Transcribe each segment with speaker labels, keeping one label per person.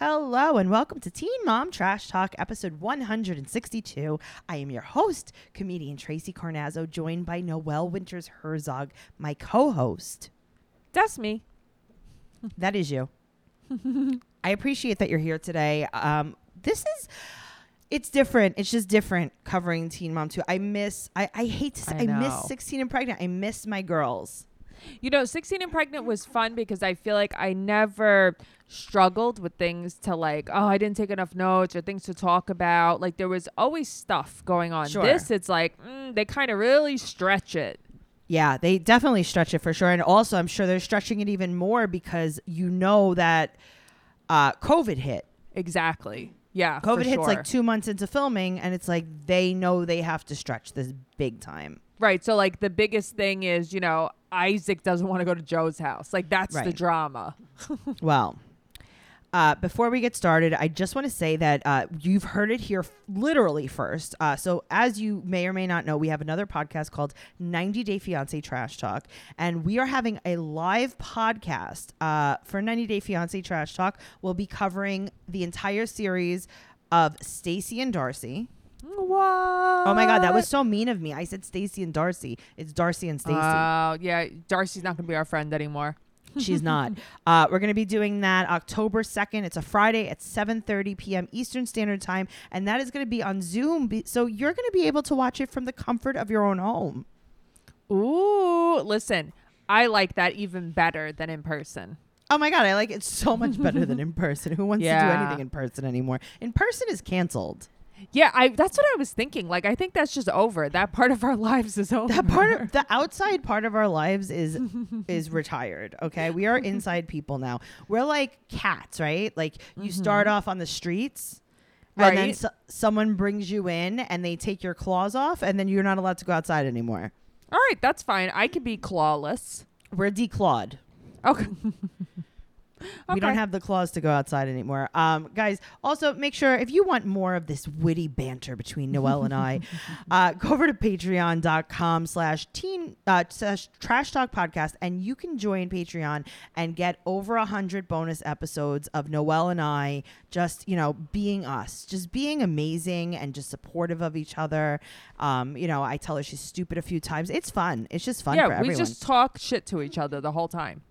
Speaker 1: Hello and welcome to Teen Mom Trash Talk, episode 162. I am your host, comedian Tracy Carnazzo, joined by Noelle Winters Herzog, my co host.
Speaker 2: That's me.
Speaker 1: That is you. I appreciate that you're here today. Um, this is. It's different. It's just different covering Teen Mom too. I miss. I, I hate to say.
Speaker 2: I
Speaker 1: I, miss
Speaker 2: know.
Speaker 1: 16 and pregnant. I miss my girls.
Speaker 2: You know, 16 and pregnant was fun because I feel like I never struggled with things to like, oh, I didn't take enough notes or things to talk about. Like there was always stuff going on.
Speaker 1: Sure.
Speaker 2: This, it's like, mm, they kind of really stretch it.
Speaker 1: Yeah, they definitely stretch it for sure. And also, I'm sure they're stretching it even more because you know that uh, COVID hit.
Speaker 2: Exactly. Yeah. for
Speaker 1: COVID hits
Speaker 2: sure.
Speaker 1: like two months into filming, and it's like they know they have to stretch this big time.
Speaker 2: Right. So, like, the biggest thing is, you know, Isaac doesn't want to go to Joe's house. Like, that's the
Speaker 1: Right.
Speaker 2: drama.
Speaker 1: Well, uh, before we get started, I just want to say that uh, you've heard it here f- literally first. Uh, so, as you may or may not know, we have another podcast called 90 Day Fiance Trash Talk, and we are having a live podcast uh, for 90 Day Fiance Trash Talk. We'll be covering the entire series of Stacy and Darcy.
Speaker 2: What? Oh,
Speaker 1: Oh my God, that was so mean of me. I said Stacy and Darcy. It's Darcy and Stacy.
Speaker 2: Uh, yeah. Darcy's not going to be our friend anymore.
Speaker 1: She's not. Uh, we're going to be doing that October 2nd. It's a Friday at 7.30 p.m. Eastern Standard Time. And that is going to be on Zoom. Be- So you're going to be able to watch it from the comfort of your own home.
Speaker 2: Ooh, listen, I like that even better than in person.
Speaker 1: Oh my God, I like it so much better than in person. Who wants to do
Speaker 2: Yeah.
Speaker 1: anything in person anymore? In person is canceled.
Speaker 2: Yeah, I that's what I was thinking. Like I think that's just over. That part of our lives is over.
Speaker 1: That part of the outside part of our lives is is retired. Okay. We are inside people now. We're like cats, right? Like you start off on the streets. And then
Speaker 2: Right.
Speaker 1: so- someone brings you in and they take your claws off, and then you're not allowed to go outside anymore.
Speaker 2: All right, that's fine. I could be clawless.
Speaker 1: We're declawed.
Speaker 2: Okay.
Speaker 1: We don't
Speaker 2: Okay.
Speaker 1: have the claws to go outside anymore. Um, guys, also make sure if you want more of this witty banter between Noelle and I, uh, go over to patreon.com slash teen uh, slash trash talk podcast and you can join Patreon and get over a hundred bonus episodes of Noelle and I just, you know, being us, just being amazing and just supportive of each other. Um, you know, I tell her she's stupid a few times. It's fun. It's just fun for
Speaker 2: yeah, we
Speaker 1: everyone.
Speaker 2: just talk shit to each other the whole time.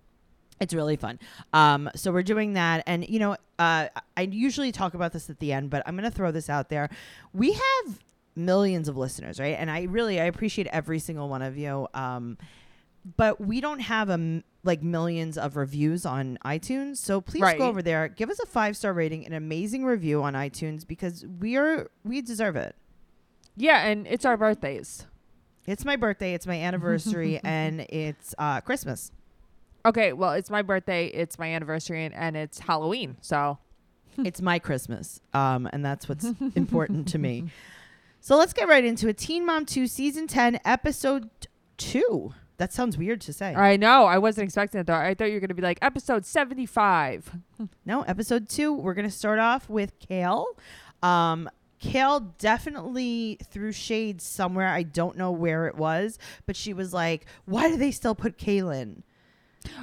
Speaker 1: It's really fun. Um, so we're doing that, and you know, uh, I usually talk about this at the end, but I'm going to throw this out there. We have millions of listeners, right? And I really I appreciate every single one of you. Um, but we don't have um like millions of reviews on iTunes, so please
Speaker 2: Right.
Speaker 1: go over there, give us a five star rating, an amazing review on iTunes because we are we deserve it.
Speaker 2: Yeah, and it's our birthdays.
Speaker 1: It's my birthday, it's my anniversary, and it's uh, Christmas.
Speaker 2: Okay, well, it's my birthday, it's my anniversary, and, and it's Halloween. So
Speaker 1: it's my Christmas, um, and that's what's important to me. So let's get right into it. Teen Mom 2, Season 10, Episode 2. That sounds weird to say.
Speaker 2: I know I wasn't expecting it though. I thought you were gonna be like episode seventy-five.
Speaker 1: No, Episode 2, we're going to start off with Kale. Um, Kale definitely threw shade somewhere. I don't know where it was, but she was like, why do they still put Kaylin?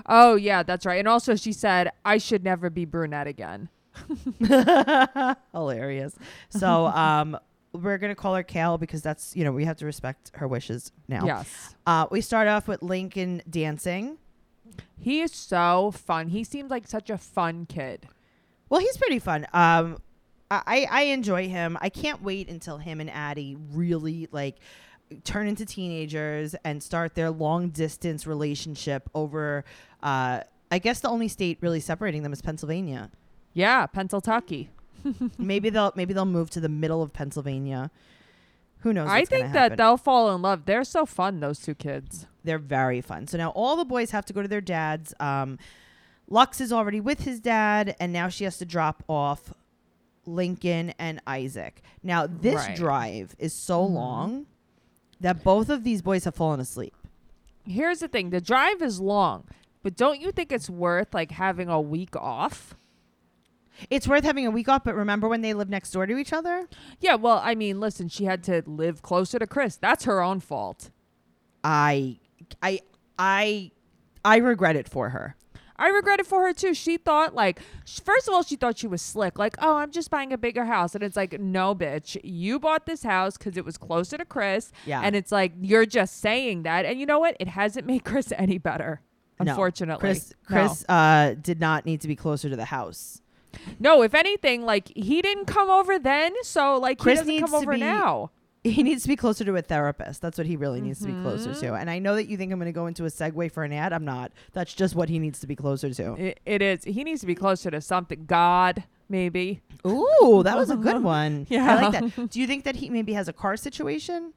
Speaker 2: Oh yeah, that's right. And also, she said I should never be brunette again.
Speaker 1: Hilarious. So um, we're going to call her Kale because that's, you know, we have to respect her wishes now.
Speaker 2: Yes.
Speaker 1: Uh, we start off with Lincoln dancing.
Speaker 2: He is so fun. He seems like such a fun kid.
Speaker 1: Well, he's pretty fun. Um, I I enjoy him. I can't wait until him and Addie really like turn into teenagers and start their long distance relationship over. Uh, I guess the only state really separating them is Pennsylvania.
Speaker 2: Yeah, Pennsylvania.
Speaker 1: maybe they'll maybe they'll move to the middle of Pennsylvania. Who knows?
Speaker 2: I
Speaker 1: what's gonna
Speaker 2: think that
Speaker 1: happen.
Speaker 2: they'll fall in love. They're so fun, those two kids.
Speaker 1: They're very fun. So now all the boys have to go to their dads. Um, Lux is already with his dad, and now she has to drop off Lincoln and Isaac. Now, this
Speaker 2: Right.
Speaker 1: drive is so
Speaker 2: Mhm.
Speaker 1: long that both of these boys have fallen asleep.
Speaker 2: Here's the thing: the drive is long, but don't you think it's worth like having a week off?
Speaker 1: It's worth having a week off, but remember when they lived next door to each other?
Speaker 2: Yeah. Well, I mean, listen, she had to live closer to Chris. That's her own fault.
Speaker 1: I, I, I, I regret it for her.
Speaker 2: I regret it for her too. She thought like sh- first of all she thought she was slick like oh I'm just buying a bigger house and it's like no bitch you bought this house because it was closer to Chris
Speaker 1: Yeah.
Speaker 2: and it's like you're just saying that and you know what it hasn't made Chris any better
Speaker 1: No.
Speaker 2: unfortunately
Speaker 1: Chris,
Speaker 2: No.
Speaker 1: Chris uh, did not need to be closer to the house.
Speaker 2: No, if anything, like he didn't come over then, so like
Speaker 1: Chris
Speaker 2: he doesn't
Speaker 1: needs
Speaker 2: come
Speaker 1: to
Speaker 2: over
Speaker 1: be-
Speaker 2: now.
Speaker 1: He needs to be closer to a therapist. That's what he really needs to be
Speaker 2: Mm-hmm.
Speaker 1: closer to. And I know that you think I'm going to go into a segue for an ad. I'm not. That's just what he needs to be closer to.
Speaker 2: It, it is. He needs to be closer to something. God, maybe.
Speaker 1: Ooh, that was a good one. I
Speaker 2: Yeah.
Speaker 1: like that. Do you think that he maybe has a car situation?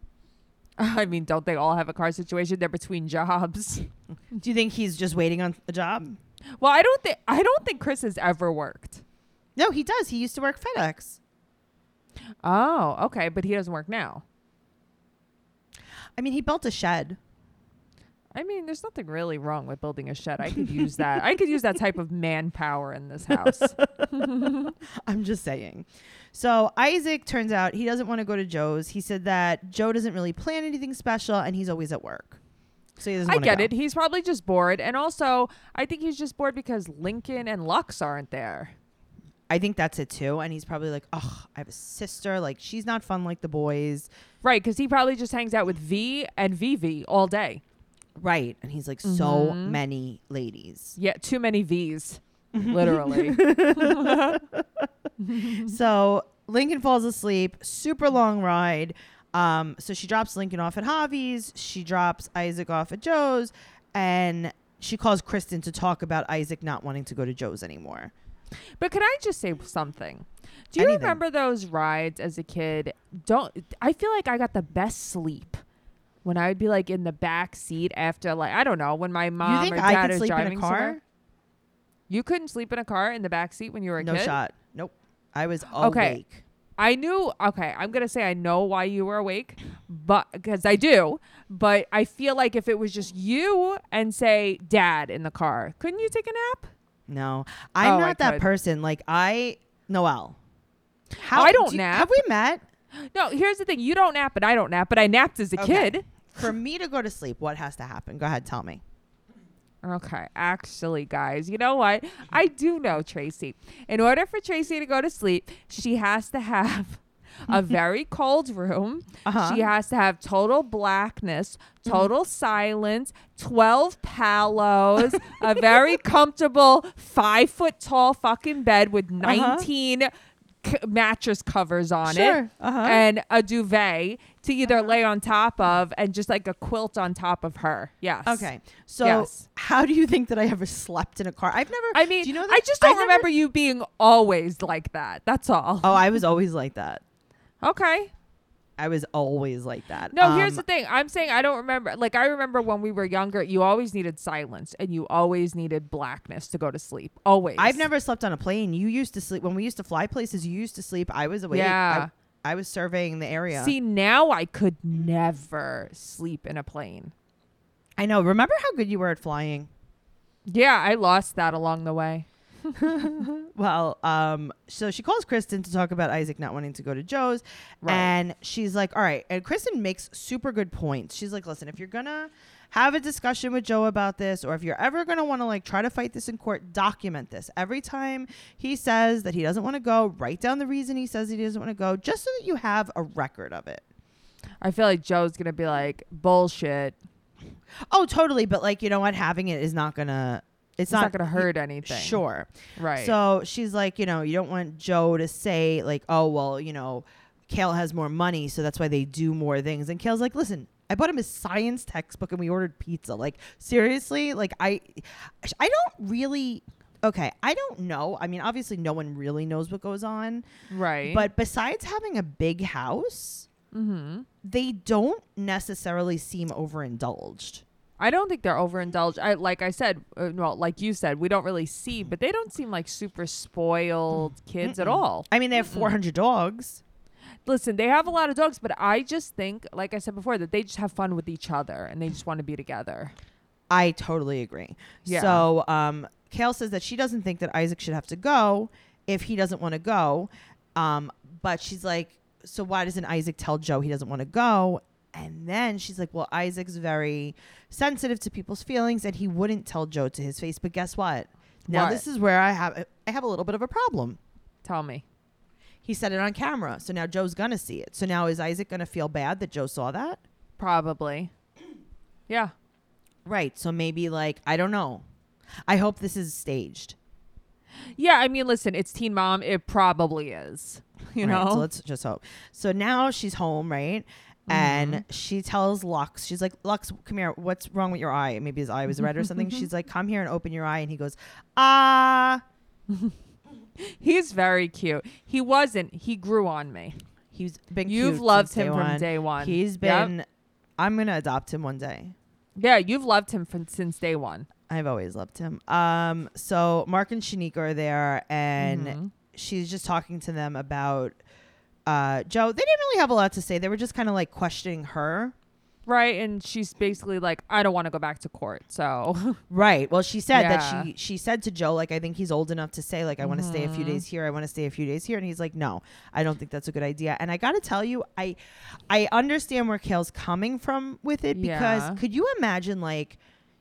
Speaker 2: I mean, don't they all have a car situation? They're between jobs.
Speaker 1: Do you think he's just waiting on a job?
Speaker 2: Well, I don't think I don't think Chris has ever worked.
Speaker 1: No, he does. He used to work FedEx.
Speaker 2: Oh, okay, but he doesn't work now.
Speaker 1: I mean, he built a shed.
Speaker 2: I mean, there's nothing really wrong with building a shed. I could use that. I could use that type of manpower in this house.
Speaker 1: I'm just saying. So Isaac turns out he doesn't want to go to Joe's. He said that Joe doesn't really plan anything special and he's always at work. So he doesn't
Speaker 2: I
Speaker 1: wanna
Speaker 2: get
Speaker 1: go.
Speaker 2: it. He's probably just bored, and also I think he's just bored because Lincoln and Lux aren't there.
Speaker 1: I think that's it too. And he's probably like, oh, I have a sister. Like, she's not fun like the boys.
Speaker 2: Right, because he probably just hangs out with V and VV all day.
Speaker 1: Right. And he's like, so many ladies.
Speaker 2: Yeah, too many V's, literally.
Speaker 1: so Lincoln falls asleep, super long ride. Um, so she drops Lincoln off at Javi's. She drops Isaac off at Joe's. And she calls Kristen to talk about Isaac not wanting to go to Joe's anymore.
Speaker 2: but can I just say something? Do you
Speaker 1: Anything.
Speaker 2: remember those rides as a kid? Don't I feel like I got the best sleep when I would be like in the back seat after like I don't know when my mom
Speaker 1: you
Speaker 2: or
Speaker 1: think
Speaker 2: dad
Speaker 1: I could
Speaker 2: is
Speaker 1: sleep
Speaker 2: driving
Speaker 1: in a
Speaker 2: somewhere?
Speaker 1: car?
Speaker 2: You couldn't sleep in a car in the back seat when you were a
Speaker 1: No
Speaker 2: kid.
Speaker 1: shot. Nope. I was awake.
Speaker 2: Okay. I knew. Okay, I'm gonna say I know why you were awake, but because I do. But I feel like if it was just you and say dad in the car, couldn't you take a nap?
Speaker 1: No, I'm
Speaker 2: Oh, I
Speaker 1: not that
Speaker 2: could.
Speaker 1: person. Like I, Noelle. How
Speaker 2: I don't
Speaker 1: do you-
Speaker 2: nap.
Speaker 1: Have we met?
Speaker 2: No. Here's the thing: you don't nap, and I don't nap, but I napped as a
Speaker 1: Okay.
Speaker 2: kid.
Speaker 1: For me to go to sleep, what has to happen? Go ahead, tell me.
Speaker 2: Okay, actually, guys, you know what? I do know Tracy. In order for Tracy to go to sleep, she has to have a very cold room.
Speaker 1: Uh-huh. Mm-hmm.
Speaker 2: She has to have total blackness, total silence, 12 palos, a very comfortable five foot tall fucking bed with
Speaker 1: Uh-huh.
Speaker 2: 19 c- mattress covers on it
Speaker 1: Sure, uh-huh.
Speaker 2: and a duvet to either lay on top of and just like a quilt on top of her. Yes.
Speaker 1: Okay, so
Speaker 2: Yes.
Speaker 1: how do you think that I ever slept in a car? I've never.
Speaker 2: I mean,
Speaker 1: do you know that
Speaker 2: I just don't
Speaker 1: never-
Speaker 2: remember you being always like that. That's all.
Speaker 1: oh, I was always like that.
Speaker 2: Okay.
Speaker 1: I was always like that.
Speaker 2: No, here's the
Speaker 1: Um,
Speaker 2: thing. I'm saying I don't remember. Like, I remember when we were younger, you always needed silence and you always needed blackness to go to sleep. Always.
Speaker 1: I've never slept on a plane. You used to sleep when we used to fly places. You used to sleep. I was awake.
Speaker 2: Yeah.
Speaker 1: I, I was surveying the area.
Speaker 2: See, now I could never sleep in a plane.
Speaker 1: I know. Remember how good you were at flying?
Speaker 2: Yeah, I lost that along the way.
Speaker 1: Well, um, so she calls Kristen to talk about Isaac not wanting to go to Joe's,
Speaker 2: Right.
Speaker 1: and she's like, "All right." And Kristen makes super good points. She's like, "Listen, if you're gonna have a discussion with Joe about this, or if you're ever gonna want to like try to fight this in court, document this. Every time he says that he doesn't want to go, write down the reason he says he doesn't want to go, just so that you have a record of it."
Speaker 2: I feel like Joe's going to be like, bullshit.
Speaker 1: Oh, totally. But like, you know what? Having it is not gonna. It's,
Speaker 2: It's not, going to hurt anything.
Speaker 1: Sure.
Speaker 2: Right.
Speaker 1: So she's like, you know, you don't want Joe to say like, oh well, you know, Kale has more money, so that's why they do more things. And Kale's like, listen, I bought him a science textbook and we ordered pizza. Like seriously, like I, I don't really. Okay, I don't know. I mean, obviously, no one really knows what goes on.
Speaker 2: right.
Speaker 1: But besides having a big house,
Speaker 2: Mm-hmm.
Speaker 1: they don't necessarily seem overindulged.
Speaker 2: I don't think they're overindulged. I like I said, uh, well, like you said, we don't really see, but they don't seem like super spoiled kids at all.
Speaker 1: I mean, they have 400 dogs.
Speaker 2: Listen, they have a lot of dogs, but I just think, like I said before, that they just have fun with each other and they just want to be together.
Speaker 1: I totally agree.
Speaker 2: Yeah.
Speaker 1: So, um, Kale says that she doesn't think that Isaac should have to go if he doesn't want to go. Um, but she's like, so why doesn't Isaac tell Joe he doesn't want to go? And then she's like, Well, Isaac's very sensitive to people's feelings and he wouldn't tell Joe to his face. But guess what? Now
Speaker 2: What?
Speaker 1: this is where I have I have a little bit of a problem.
Speaker 2: Tell me.
Speaker 1: He said it on camera. So now Joe's gonna see it. So now is Isaac gonna feel bad that Joe saw that?
Speaker 2: Probably. Yeah.
Speaker 1: Right. So maybe like, I don't know. I hope this is staged.
Speaker 2: Yeah, I mean, listen, it's Teen Mom. It probably is. You
Speaker 1: Right,
Speaker 2: know?
Speaker 1: So let's just hope. So now she's home, right? And
Speaker 2: Mm-hmm.
Speaker 1: she tells Lux, she's like, Lux, come here. What's wrong with your eye? Maybe his eye was red or something. she's like, come here and open your eye. And he goes, ah.
Speaker 2: He's very cute. He wasn't. He grew on me.
Speaker 1: He's been.
Speaker 2: You've
Speaker 1: cute
Speaker 2: loved
Speaker 1: since
Speaker 2: him from day one.
Speaker 1: He's
Speaker 2: Yep.
Speaker 1: been. I'm gonna adopt him one day.
Speaker 2: Yeah, you've loved him from, since day one.
Speaker 1: I've always loved him. Um, so Mark and Shanika are there, and
Speaker 2: Mhm.
Speaker 1: she's just talking to them about uh, Joe. They didn't really have a lot to say. They were just kind of like questioning her.
Speaker 2: Right. And she's basically like, I don't want to go back to court. So,
Speaker 1: Right. Well, she said
Speaker 2: Yeah.
Speaker 1: that she she said to Joe like I think he's old enough to say like I want to stay a few
Speaker 2: Mm-hmm.
Speaker 1: days here, I want to stay a few days here, and he's like no, I don't think that's a good idea. And I got to tell you, I I understand where Kale's coming from with it because
Speaker 2: Yeah.
Speaker 1: could you imagine like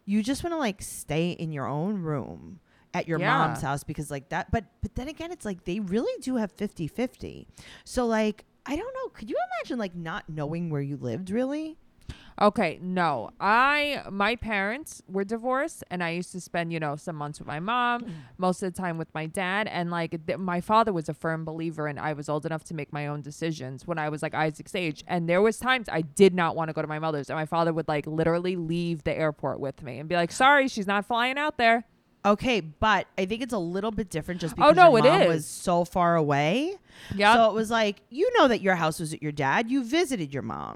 Speaker 1: you just want to like stay in your own room at your
Speaker 2: Yeah.
Speaker 1: mom's house because like that but but then again it's like they really do have 50-50. So like I don't know, could you imagine like not knowing where you lived really?
Speaker 2: okay, no. I, my parents were divorced and I used to spend, you know, some months with my mom, most of the time with my dad. And like, th- my father was a firm believer and I was old enough to make my own decisions when I was like Isaac's age. And there was times I did not want to go to my mother's. And my father would like literally leave the airport with me and be like, sorry, she's not flying out there.
Speaker 1: Okay, but I think it's a little bit different just
Speaker 2: Oh,
Speaker 1: because
Speaker 2: no,
Speaker 1: your
Speaker 2: it
Speaker 1: mom was
Speaker 2: is.
Speaker 1: so far away.
Speaker 2: Yep.
Speaker 1: So it was like, you know that your house was at your dad. You visited your mom.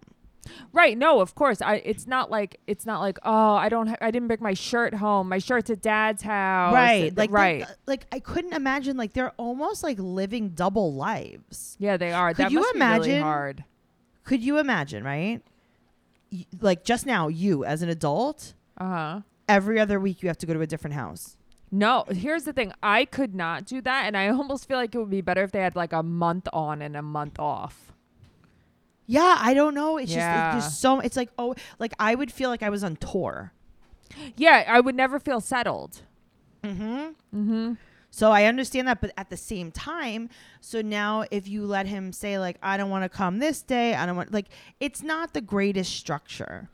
Speaker 2: Right. No, of course. I. It's not like it's not like oh, I don't. Ha- I didn't bring my shirt home. My shirt's at Dad's house.
Speaker 1: right.
Speaker 2: Th-
Speaker 1: Like,
Speaker 2: Oh, right.
Speaker 1: the- like I couldn't imagine like they're almost like living double lives.
Speaker 2: yeah, they are.
Speaker 1: Could
Speaker 2: that
Speaker 1: you
Speaker 2: must Be really
Speaker 1: imagine-
Speaker 2: hard.
Speaker 1: Could you imagine, right? Y- Like just now, you as an adult,
Speaker 2: Uh huh.
Speaker 1: every other week you have to go to a different house.
Speaker 2: No, here's the thing. I could not do that, and I almost feel like it would be better if they had like a month on and a month off.
Speaker 1: Yeah, I don't know. It's
Speaker 2: Yeah.
Speaker 1: just it's just so it's like oh like I would feel like I was on tour.
Speaker 2: Yeah, I would never feel settled.
Speaker 1: Mm-hmm.
Speaker 2: Mm-hmm.
Speaker 1: So I understand that, but at the same time, so now if you let him say like I don't want to come this day, I don't want like it's not the greatest structure.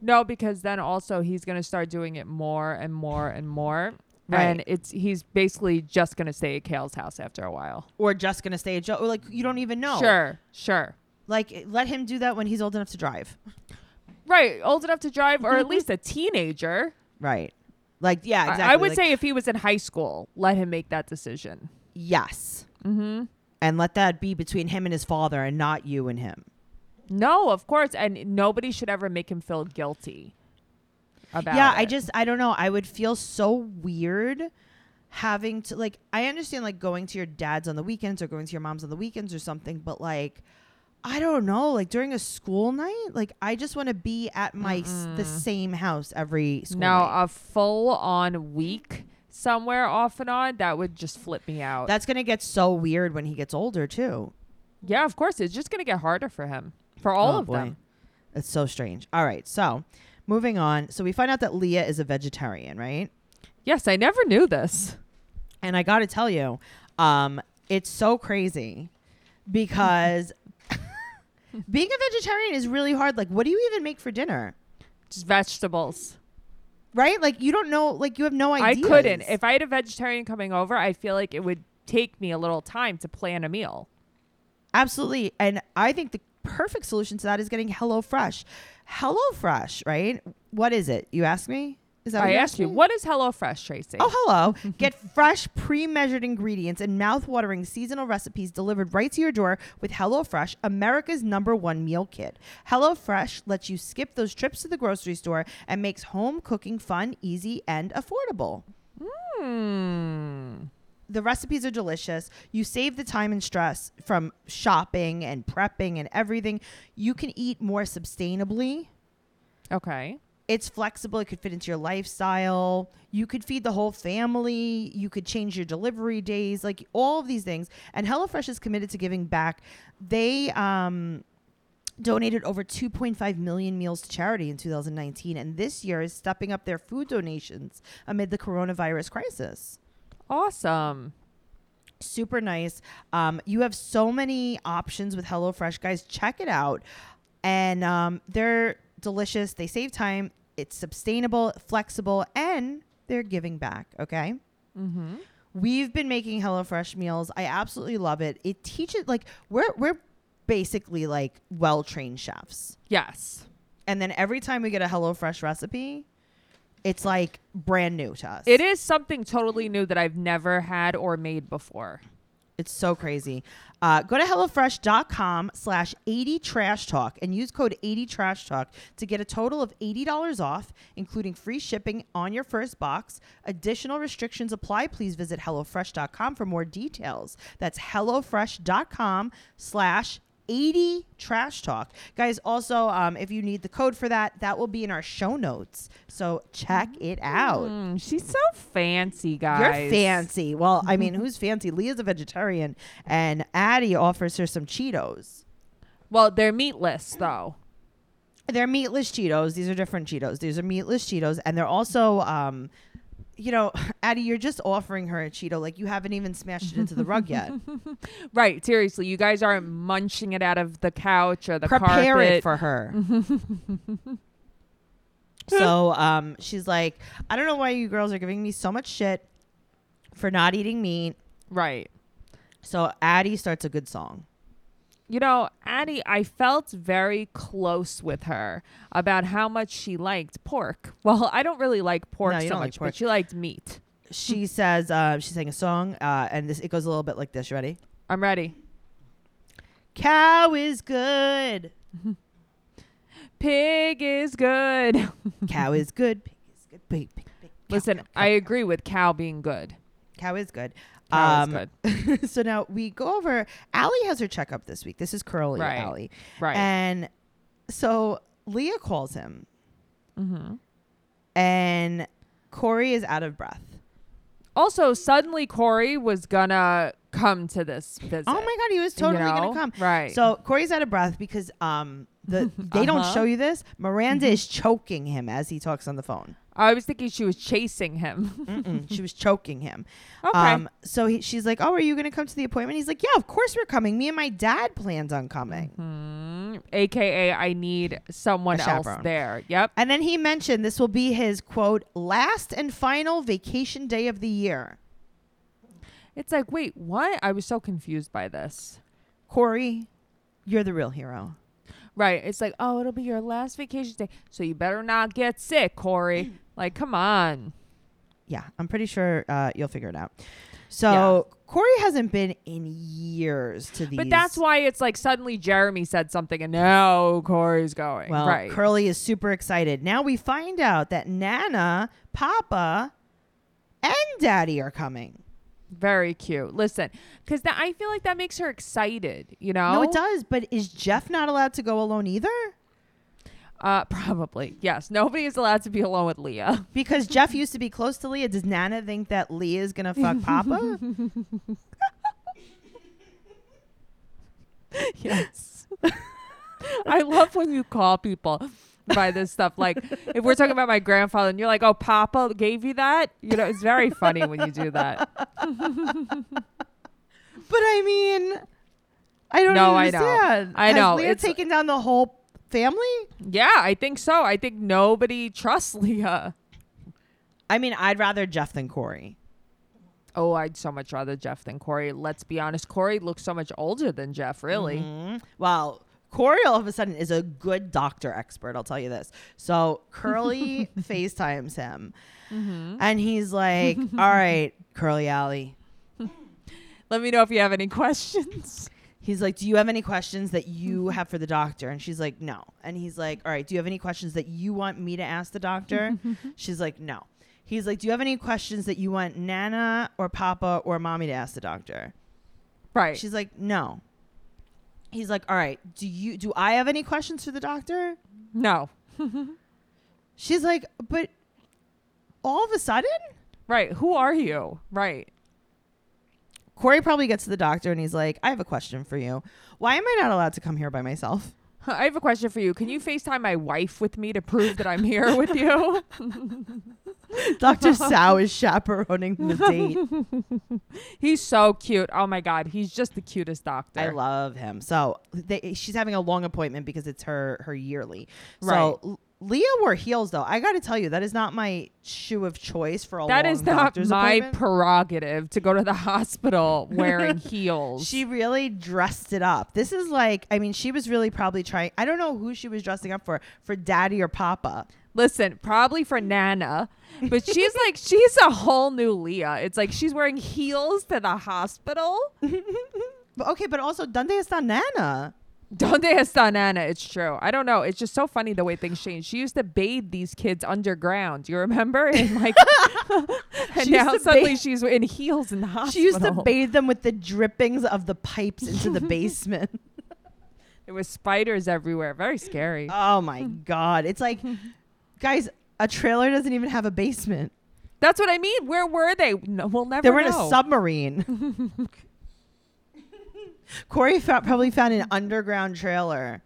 Speaker 2: No, because then also he's gonna start doing it more and more and more. And
Speaker 1: Right.
Speaker 2: it's he's basically just gonna stay at Kale's house after a while.
Speaker 1: Or just gonna stay a Joe. Like you don't even know.
Speaker 2: Sure, sure.
Speaker 1: Like let him do that when he's old enough to drive.
Speaker 2: Right, old enough to drive,
Speaker 1: Mm-hmm.
Speaker 2: or at least a teenager.
Speaker 1: Right. Like yeah,
Speaker 2: I-
Speaker 1: exactly.
Speaker 2: I would
Speaker 1: Like,
Speaker 2: say if he was in high school, let him make that decision.
Speaker 1: yes,
Speaker 2: Mm-hmm.
Speaker 1: and let that be between him and his father, and not you and him.
Speaker 2: No, of course, and nobody should ever make him feel guilty about.
Speaker 1: yeah i
Speaker 2: it.
Speaker 1: just i don't know i would feel so weird having to like i understand like going to your dad's on the weekends or going to your mom's on the weekends or something but like i don't know like during a school night like i just want to be at my s- the same house every school
Speaker 2: now
Speaker 1: night.
Speaker 2: a full on week somewhere off and on that would just flip me out.
Speaker 1: that's gonna get so weird when he gets older too
Speaker 2: yeah, of course, it's just gonna get harder for him for all
Speaker 1: Oh,
Speaker 2: of
Speaker 1: boy.
Speaker 2: them.
Speaker 1: It's so strange all right so moving on so we find out that leah is a vegetarian right
Speaker 2: Yes, I never knew this.
Speaker 1: And I got to tell you, um, it's so crazy because being a vegetarian is really hard. Like, what do you even make for dinner?
Speaker 2: Just vegetables.
Speaker 1: Right? Like, you don't know, like, you have no
Speaker 2: I
Speaker 1: idea.
Speaker 2: couldn't. If I had a vegetarian coming over, I feel like it would take me a little time to plan a meal.
Speaker 1: Absolutely. And I think the perfect solution to that is getting HelloFresh. HelloFresh, right? What is it? You ask me? Is that what
Speaker 2: I
Speaker 1: you
Speaker 2: asked you,
Speaker 1: me?
Speaker 2: what is HelloFresh, Tracy?
Speaker 1: Oh, hello. Get fresh, pre measured ingredients and mouth-watering seasonal recipes delivered right to your door with HelloFresh, America's number one meal kit. HelloFresh lets you skip those trips to the grocery store and makes home cooking fun, easy, and affordable.
Speaker 2: Hmm.
Speaker 1: The recipes are delicious. You save the time and stress from shopping and prepping and everything. You can eat more sustainably.
Speaker 2: Okay.
Speaker 1: it's flexible. It could fit into your lifestyle. You could feed the whole family. You could change your delivery days, like all of these things. And HelloFresh is committed to giving back. They um, donated over 2.5 million meals to charity in 2019 and this year is stepping up their food donations amid the coronavirus crisis
Speaker 2: Awesome.
Speaker 1: super nice um, you have so many options with HelloFresh guys check it out and um, they're delicious they save time it's sustainable flexible and they're giving back okay
Speaker 2: Mm-hmm.
Speaker 1: We've been making HelloFresh meals. I absolutely love it. It teaches like we're we're basically like well trained chefs.
Speaker 2: Yes.
Speaker 1: And then every time we get a HelloFresh recipe, it's like brand new to us.
Speaker 2: It is something totally new that I've never had or made before.
Speaker 1: It's so crazy. Uh, go to HelloFresh.com slash 80 Trash Talk and use code 80 Trash Talk to get a total of $80 off, including free shipping on your first box. Additional restrictions apply. Please visit HelloFresh.com for more details. That's HelloFresh.com slash 80 Trash Talk. Guys, also, um, if you need the code for that, that will be in our show notes. So check it out.
Speaker 2: Mm, she's so fancy,
Speaker 1: Oh. You're
Speaker 2: guys.
Speaker 1: fancy. Well, I mean, who's fancy? Leah's a vegetarian, and Addie offers her some Cheetos.
Speaker 2: Well, they're meatless though.
Speaker 1: They're meatless Cheetos. These are different Cheetos. These are meatless Cheetos, and they're also, um, you know, Addie, you're just offering her a Cheeto. Like you haven't even smashed it into the rug yet.
Speaker 2: Right. Seriously, you guys aren't munching it out of the couch or the
Speaker 1: Prepare
Speaker 2: carpet.
Speaker 1: it for her. so um, she's like, I don't know why you girls are giving me so much shit for not eating meat.
Speaker 2: right.
Speaker 1: So Addie starts a good song.
Speaker 2: You know, Addie, I felt very close with her about how much she liked pork. Well, I don't really like pork
Speaker 1: No, you
Speaker 2: so
Speaker 1: don't like
Speaker 2: much,
Speaker 1: pork.
Speaker 2: but she liked meat.
Speaker 1: she says uh, she sang a song uh, and this it goes a little bit like this you ready
Speaker 2: I'm ready.
Speaker 1: cow is good
Speaker 2: Pig is good.
Speaker 1: cow is good pig is good pig, pig, pig. Cow,
Speaker 2: Listen,
Speaker 1: cow, cow,
Speaker 2: I agree with cow being good.
Speaker 1: cow is good
Speaker 2: Cow is
Speaker 1: Um,
Speaker 2: good.
Speaker 1: so now we go over Allie has her checkup this week this is curly
Speaker 2: Right.
Speaker 1: Allie
Speaker 2: Right.
Speaker 1: and so Leah calls him
Speaker 2: hmm
Speaker 1: and Corey is out of breath
Speaker 2: Also, suddenly Corey was gonna come to this visit.
Speaker 1: oh my god he was
Speaker 2: you
Speaker 1: totally
Speaker 2: know?
Speaker 1: gonna come
Speaker 2: Right.
Speaker 1: So Corey's out of breath because um the they don't
Speaker 2: Uh-huh. Mm-hmm.
Speaker 1: show you this. Miranda is choking him as he talks on the phone.
Speaker 2: I was thinking she was chasing him.
Speaker 1: Mm-mm. she was choking him.
Speaker 2: okay.
Speaker 1: Um, so he, she's like, "Oh, are you going to come to the appointment?" He's like, "Yeah, of course we're coming. Me and my dad plans on coming."
Speaker 2: Hmm. AKA, I need someone
Speaker 1: A
Speaker 2: else
Speaker 1: chaperone.
Speaker 2: there. Yep.
Speaker 1: And then he mentioned this will be his quote last and final vacation day of the year.
Speaker 2: It's like, wait, what? I was so confused by this.
Speaker 1: Corey, you're the real hero.
Speaker 2: Right. It's like, oh, it'll be your last vacation day. So you better not get sick, Corey. like, come on.
Speaker 1: Yeah, I'm pretty sure uh, you'll figure it out. So Corey hasn't been in years to these.
Speaker 2: But that's why it's like suddenly Jeremy said something and now Corey's going.
Speaker 1: Well,
Speaker 2: right.
Speaker 1: Curly is super excited. Now we find out that Nana, Papa, and Daddy are coming.
Speaker 2: Very cute. Listen, because I feel like that makes her excited, you know?
Speaker 1: No, it does. But is Jeff not allowed to go alone either?
Speaker 2: Uh, probably. Yes. Nobody is allowed to be alone with Leah.
Speaker 1: Because Jeff used to be close to Leah. Does Nana think that Leah is gonna fuck Papa?
Speaker 2: yes. I love when you call people by this stuff. Like, if we're talking about my grandfather and you're like, oh, Papa gave you that, you know, it's very funny when you do that.
Speaker 1: But I mean, I don't
Speaker 2: No, I know.
Speaker 1: understand.
Speaker 2: I know.
Speaker 1: Has Leah
Speaker 2: It's-
Speaker 1: taken down the whole family.
Speaker 2: Yeah, I think so. I think nobody trusts Leah.
Speaker 1: I mean, I'd rather Jeff than Corey.
Speaker 2: Oh, I'd so much rather Jeff than Corey. Let's be honest. Corey looks so much older than Jeff, really.
Speaker 1: Mhm. Well, Corey all of a sudden is a good doctor expert, I'll tell you this. So Curly FaceTimes him and he's like, All right, Curly Alley.
Speaker 2: Let me know if you have any questions.
Speaker 1: He's like, Do you have any questions that you have for the doctor? And she's like, No. And he's like, All right, do you have any questions that you want me to ask the doctor? she's like, No. He's like, Do you have any questions that you want Nana or Papa or mommy to ask the doctor?
Speaker 2: Right.
Speaker 1: She's like, No. He's like, All right, do you do I have any questions for the doctor?
Speaker 2: no.
Speaker 1: She's like, but all of a sudden,
Speaker 2: Right. Who are you? Right.
Speaker 1: Corey probably gets to the doctor and he's like, I have a question for you. Why am I not allowed to come here by myself?
Speaker 2: I have a question for you. Can you FaceTime my wife with me to prove that I'm here with you?
Speaker 1: Dr. Sow is chaperoning the date.
Speaker 2: He's so cute. Oh my God. He's just the cutest doctor.
Speaker 1: I love him. So they, she's having a long appointment because it's her her yearly.
Speaker 2: Right.
Speaker 1: So L- Leah wore heels though. I got to tell you that is not my shoe of choice for a
Speaker 2: That
Speaker 1: long
Speaker 2: is not
Speaker 1: doctor's
Speaker 2: my
Speaker 1: appointment.
Speaker 2: prerogative to go to the hospital wearing heels.
Speaker 1: she really dressed it up. This is like I mean she was really probably trying. I don't know who she was dressing up for for daddy or papa.
Speaker 2: Listen, probably for Nana, but she's like she's a whole new Leah. It's like she's wearing heels to the hospital.
Speaker 1: But okay, but also Dante está nana.
Speaker 2: Donde está Nana? It's true. I don't know. It's just so funny the way things change. She used to bathe these kids underground. You remember? And like, and
Speaker 1: She used
Speaker 2: now
Speaker 1: to
Speaker 2: suddenly
Speaker 1: bathe-
Speaker 2: she's in heels in the hospital.
Speaker 1: She used to bathe them with the drippings of the pipes into the basement.
Speaker 2: There was spiders everywhere. Very scary.
Speaker 1: Oh my god. It's like guys, a trailer doesn't even have a basement.
Speaker 2: That's what I mean. Where were they? No, we'll never.
Speaker 1: They were in
Speaker 2: know.
Speaker 1: a submarine. Corey fo- probably found an underground trailer.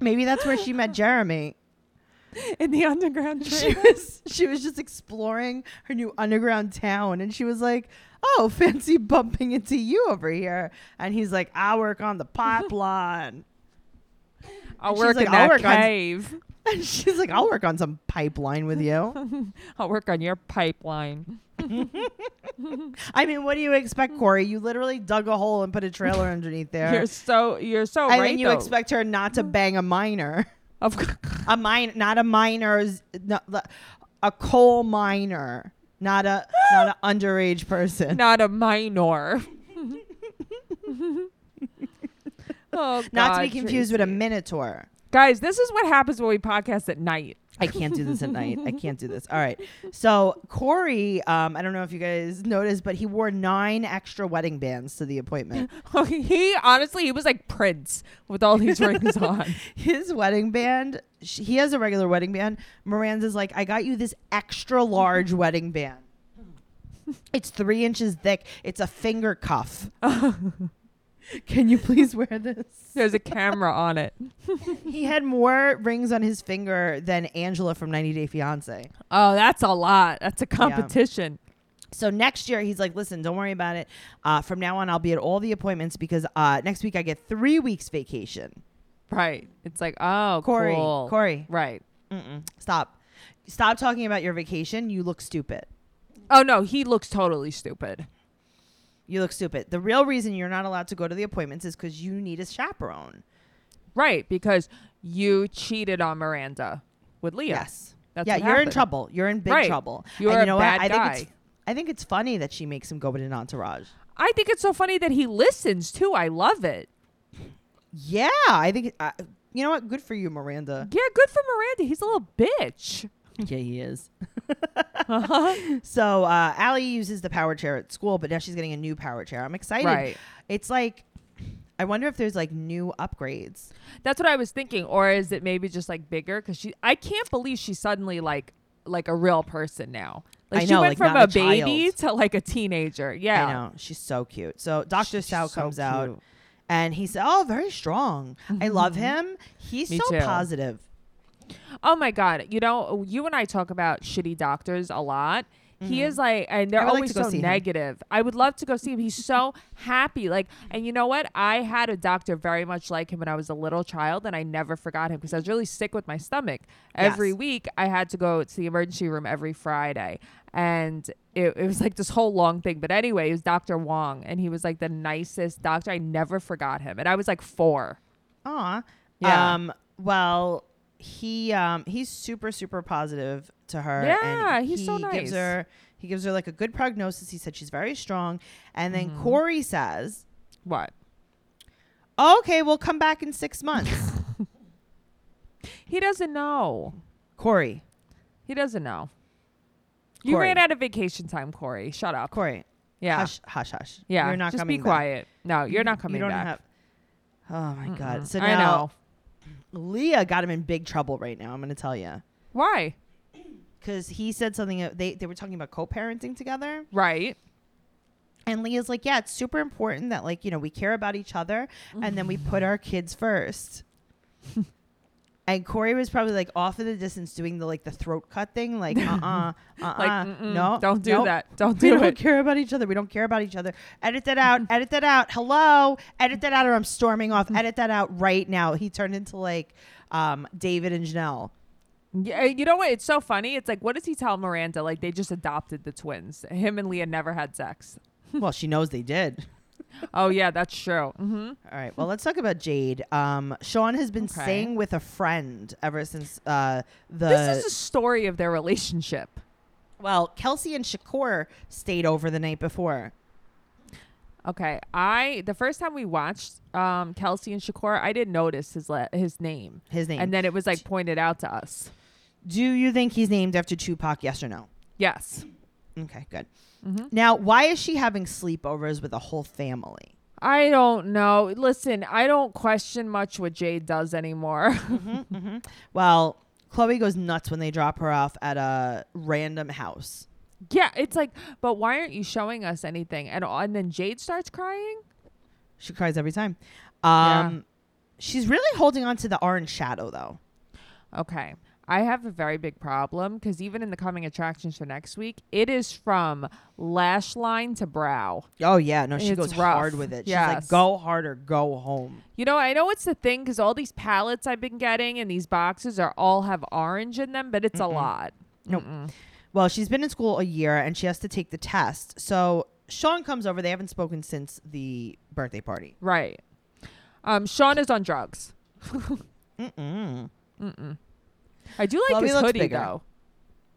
Speaker 1: Maybe that's where she met Jeremy.
Speaker 2: in the underground.
Speaker 1: She
Speaker 2: train.
Speaker 1: was she was just exploring her new underground town, and she was like, "Oh, fancy bumping into you over here." And he's like, "I work on the pipeline,"
Speaker 2: I'll
Speaker 1: she's
Speaker 2: work
Speaker 1: like,
Speaker 2: in
Speaker 1: I'll
Speaker 2: that
Speaker 1: work on-
Speaker 2: cave.
Speaker 1: and she's like, "I'll work on some pipeline with you."
Speaker 2: I'll work on your pipeline.
Speaker 1: I mean, what do you expect, Corey? You literally dug a hole and put a trailer underneath there,
Speaker 2: Hmm. You're so you're so
Speaker 1: and
Speaker 2: right.
Speaker 1: then you
Speaker 2: though.
Speaker 1: expect her not to bang a miner.
Speaker 2: of course.
Speaker 1: a mine not a miner's not the- a coal miner not a not an underage person
Speaker 2: not a minor. oh,
Speaker 1: not to
Speaker 2: God,
Speaker 1: be confused with a
Speaker 2: Tracy.
Speaker 1: minotaur
Speaker 2: Guys, this is what happens when we podcast at night.
Speaker 1: I can't do this at night. I can't do this. All right. So Corey, um, I don't know if you guys noticed, but he wore nine extra wedding bands to the appointment.
Speaker 2: he honestly, he was like Prince with all these rings on.
Speaker 1: His wedding band, sh- he has a regular wedding band. Miranda's like, I got you this extra large wedding band. It's three inches thick. It's a finger cuff. Can you please wear this?
Speaker 2: There's a camera on it.
Speaker 1: He had more rings on his finger than Angela from 90 Day Fiance.
Speaker 2: Oh, that's a lot. That's a competition.
Speaker 1: So next year, he's like, listen, don't worry about it. Uh, from now on, I'll be at all the appointments because uh, next week I get three weeks vacation.
Speaker 2: Right. It's like, oh,
Speaker 1: Corey,
Speaker 2: cool.
Speaker 1: Corey,
Speaker 2: Right.
Speaker 1: mm-mm, stop. Stop talking about your vacation. You look stupid.
Speaker 2: Oh, no, he looks totally stupid.
Speaker 1: You look stupid. The real reason you're not allowed to go to the appointments is because you need a chaperone.
Speaker 2: Right. Because you cheated on Miranda with Leah.
Speaker 1: Yes.
Speaker 2: That's
Speaker 1: yeah,
Speaker 2: what
Speaker 1: you're in
Speaker 2: happened.
Speaker 1: trouble. You're in big
Speaker 2: Right.
Speaker 1: trouble.
Speaker 2: You
Speaker 1: and
Speaker 2: are
Speaker 1: you
Speaker 2: a
Speaker 1: know what?
Speaker 2: bad
Speaker 1: I think
Speaker 2: guy.
Speaker 1: it's I think it's funny that she makes him go with an entourage.
Speaker 2: I think it's so funny that he listens too. I love it.
Speaker 1: Yeah, I think uh, you know what? Good for you, Miranda.
Speaker 2: Yeah, good for Miranda. He's a little bitch. Uh-huh.
Speaker 1: yeah, he is. So uh, Allie uses the power chair at school, but now she's getting a new power chair. I'm excited.
Speaker 2: Right.
Speaker 1: It's like I wonder if there's like new upgrades.
Speaker 2: That's what I was thinking. Or is it maybe just like bigger? Because she, I can't believe she's suddenly like like a real person now. Like
Speaker 1: I
Speaker 2: she
Speaker 1: know,
Speaker 2: went
Speaker 1: like,
Speaker 2: from a,
Speaker 1: not a
Speaker 2: baby to like a teenager. Yeah.
Speaker 1: I know she's so cute. So Doctor
Speaker 2: She's
Speaker 1: Sao
Speaker 2: so
Speaker 1: comes out,
Speaker 2: cute.
Speaker 1: and he said, "Oh, very strong. I love him. He's
Speaker 2: Mm-hmm. Me
Speaker 1: so
Speaker 2: too.
Speaker 1: positive."
Speaker 2: Oh my god. You know, you and I talk about shitty doctors a lot. He is like, and
Speaker 1: Mm-hmm. I
Speaker 2: they're
Speaker 1: would like
Speaker 2: always
Speaker 1: to go
Speaker 2: so
Speaker 1: see him.
Speaker 2: negative. I would love to go see him. He's so happy. Like, and you know what? I had a doctor very much like him when I was a little child, and I never forgot him because I was really sick with my stomach. Every
Speaker 1: Yes.
Speaker 2: week, I had to go to the emergency room every Friday. And it, it was like this whole long thing. But anyway, it was Dr. Wong, and he was like the nicest doctor. I never forgot him. And I was like four.
Speaker 1: Aw.
Speaker 2: Yeah.
Speaker 1: Um, well, he um, he's super super positive to her. and
Speaker 2: Yeah, he's so
Speaker 1: he
Speaker 2: nice.
Speaker 1: Gives her, he gives her like a good prognosis. He said she's very strong, and
Speaker 2: Mm-hmm.
Speaker 1: then Corey says,
Speaker 2: What?
Speaker 1: "Okay, we'll come back in six months."
Speaker 2: He doesn't know.
Speaker 1: Corey,
Speaker 2: He doesn't know. You
Speaker 1: Corey.
Speaker 2: ran out of vacation time, Corey. Shut up.
Speaker 1: Corey,
Speaker 2: yeah.
Speaker 1: hush, hush, hush.
Speaker 2: Yeah.
Speaker 1: you're not
Speaker 2: Just
Speaker 1: coming.
Speaker 2: be
Speaker 1: back.
Speaker 2: quiet. No, you're not
Speaker 1: You
Speaker 2: coming
Speaker 1: don't
Speaker 2: back.
Speaker 1: have- Oh my god! So
Speaker 2: I
Speaker 1: now
Speaker 2: know.
Speaker 1: Leah got him in big trouble right now. I'm going to tell you
Speaker 2: Why?
Speaker 1: because he said something. uh, They they were talking about co-parenting together,
Speaker 2: Right.
Speaker 1: And Leah's like, yeah, it's super important that like, you know, we care about each other and then we
Speaker 2: Mm.
Speaker 1: put our kids first. and Corey was probably like off in the distance doing the like the throat cut thing, like, uh-uh, uh-uh,
Speaker 2: Like, mm-mm,
Speaker 1: no.
Speaker 2: don't do
Speaker 1: nope.
Speaker 2: that. Don't
Speaker 1: We
Speaker 2: do
Speaker 1: don't
Speaker 2: it.
Speaker 1: care about each other. We don't care about each other. Edit that out. edit that out. Hello. Edit that out or I'm storming off. Edit that out right now. He turned into like um, David and Janelle.
Speaker 2: Yeah, you know what? It's so funny. It's like, what does he tell Miranda? Like, they just adopted the twins. Him and Leah never had sex.
Speaker 1: well, she knows they did.
Speaker 2: Oh yeah, that's true. hmm
Speaker 1: All right. Well, let's talk about Jade. Um, Sean has been
Speaker 2: Okay.
Speaker 1: staying with a friend ever since uh, the.
Speaker 2: This is a story of their relationship.
Speaker 1: well, Kelsey and Shakur stayed over the night before.
Speaker 2: Okay, I the first time we watched um, Kelsey and Shakur, I didn't notice his la- his name,
Speaker 1: His name.
Speaker 2: and then it was like pointed out to us.
Speaker 1: Do you think he's named after Tupac? Yes or no?
Speaker 2: Yes,
Speaker 1: Okay, good.
Speaker 2: Mhm.
Speaker 1: Now, why is she having sleepovers with a whole family?
Speaker 2: I don't know. Listen, I don't question much what Jade does anymore.
Speaker 1: Mm-hmm, Well, Chloe goes nuts when they drop her off at a random house.
Speaker 2: yeah, it's like, but why aren't you showing us anything? And oh, and then Jade starts crying.
Speaker 1: She cries every time.
Speaker 2: Yeah.
Speaker 1: Um, She's really holding on to the orange shadow, though.
Speaker 2: Okay. I have a very big problem because even in the coming attractions for next week, it is from lash line to brow.
Speaker 1: Oh yeah, no, she
Speaker 2: It's
Speaker 1: goes
Speaker 2: rough.
Speaker 1: hard with it. She's like,
Speaker 2: Yes.
Speaker 1: "Go harder, go home."
Speaker 2: You know, I know it's the thing because all these palettes I've been getting and these boxes are all have orange in them, but it's a lot.
Speaker 1: Nope.
Speaker 2: Mm-mm.
Speaker 1: Well, she's been in school a year and she has to take the test. So Sean comes over. They haven't spoken since the birthday party.
Speaker 2: Right. Um, Sean is on drugs.
Speaker 1: Mm-mm.
Speaker 2: Mm-mm. I do like
Speaker 1: Chloe
Speaker 2: his
Speaker 1: looks
Speaker 2: hoodie
Speaker 1: bigger. Oh,
Speaker 2: though.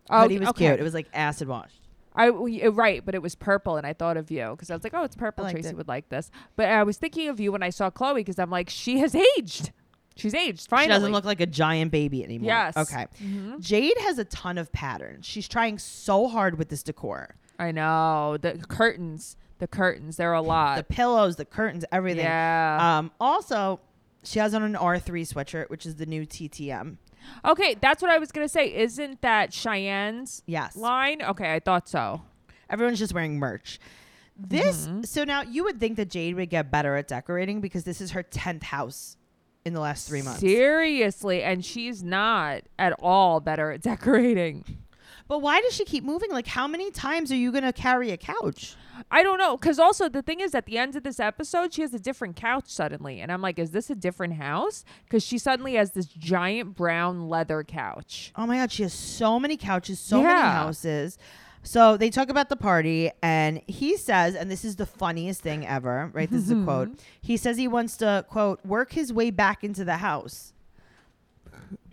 Speaker 2: Oh,
Speaker 1: but he was
Speaker 2: okay.
Speaker 1: cute. It was like acid washed.
Speaker 2: I we- uh, right, but it was purple, and I thought of you because I was like, "Oh, it's purple.
Speaker 1: liked
Speaker 2: Tracy
Speaker 1: it.
Speaker 2: would like this." But I was thinking of you when I saw Chloe because I'm like, she has aged. She's aged. Finally,
Speaker 1: She doesn't look like a giant baby anymore.
Speaker 2: Yes.
Speaker 1: Okay.
Speaker 2: Mhm.
Speaker 1: Jade has a ton of patterns. She's trying so hard with this decor.
Speaker 2: I know the curtains. The curtains. They're a
Speaker 1: The
Speaker 2: lot.
Speaker 1: pillows, the curtains, everything.
Speaker 2: yeah.
Speaker 1: Um, also, she has on an R3 sweatshirt, which is the new TTM.
Speaker 2: okay, that's what I was gonna say. Isn't that Cheyenne's
Speaker 1: Yes.
Speaker 2: line? Okay, I thought so.
Speaker 1: Everyone's just wearing merch. This so now you would think that Jade would get better at decorating because this is her tenth house in the last three months.
Speaker 2: Seriously, and she's not at all better at decorating.
Speaker 1: But why does she keep moving? Like, how many times are you gonna carry a couch?
Speaker 2: I don't know. Because also, the thing is, at the end of this episode, she has a different couch suddenly. And I'm like, is this a different house? Because she suddenly has this giant brown leather couch.
Speaker 1: Oh my god, she has so many couches, so many
Speaker 2: Yeah.
Speaker 1: houses. So they talk about the party, and he says, and this is the funniest thing ever, right? This is a quote. He says he wants to quote work his way back into the house.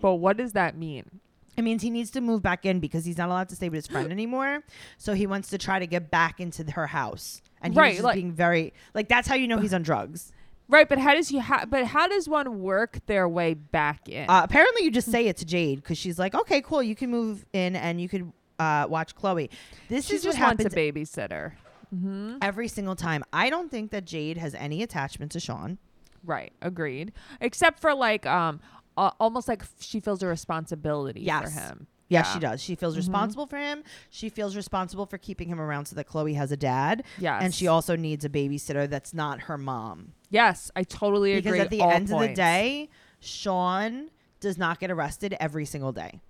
Speaker 2: But what does that mean?
Speaker 1: It means he needs to move back in because he's not allowed to stay with his friend anymore. So he wants to try to get back into th- her house. And he's
Speaker 2: Right,
Speaker 1: just
Speaker 2: like-
Speaker 1: being very like that's how you know he's on drugs.
Speaker 2: Right, but how does you ha- but how does one work their way back in?
Speaker 1: Uh, apparently, you just say it to Jade because she's like, "Okay, cool, you can move in and you could uh, watch Chloe." This
Speaker 2: she
Speaker 1: is what
Speaker 2: just wants a
Speaker 1: happens
Speaker 2: babysitter. hmm
Speaker 1: every single time. I don't think that Jade has any attachment to Sean.
Speaker 2: Right, agreed. Except for like um uh, almost like f- she feels a responsibility for
Speaker 1: Yes.
Speaker 2: him.
Speaker 1: Yes,
Speaker 2: Yeah. Mm-hmm.
Speaker 1: she does. She feels responsible for him. She feels responsible for keeping him around so that Chloe has a dad.
Speaker 2: Yes.
Speaker 1: And she also needs a babysitter that's not her mom.
Speaker 2: Yes, I totally agree.
Speaker 1: because at the
Speaker 2: all
Speaker 1: end of the
Speaker 2: points.
Speaker 1: day, Sean does not get arrested every single day.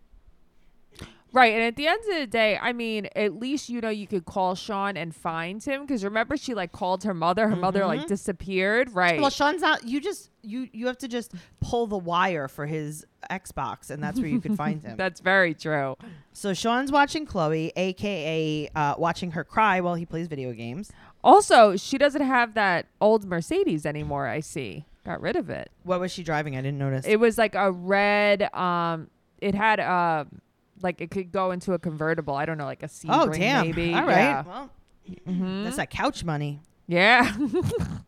Speaker 2: Right. And at the end of the day, I mean, at least you know you could call Sean and find him because remember she like called her mother. Her mother like disappeared. Right.
Speaker 1: Mm-hmm. Well, Sean's not. You just you you have to just pull the wire for his Xbox, and that's where you could find him.
Speaker 2: That's very true.
Speaker 1: so Sean's watching Chloe, aka uh, watching her cry while he plays video games.
Speaker 2: Also, she doesn't have that old Mercedes anymore. I see. Got rid of it.
Speaker 1: What was she driving? I didn't notice.
Speaker 2: It was like a red. Um, it had um, like it could go into a convertible. I don't know, like a Sebring
Speaker 1: oh damn!
Speaker 2: maybe.
Speaker 1: All right.
Speaker 2: Yeah.
Speaker 1: Well,
Speaker 2: Mhm.
Speaker 1: that's that couch money.
Speaker 2: Yeah.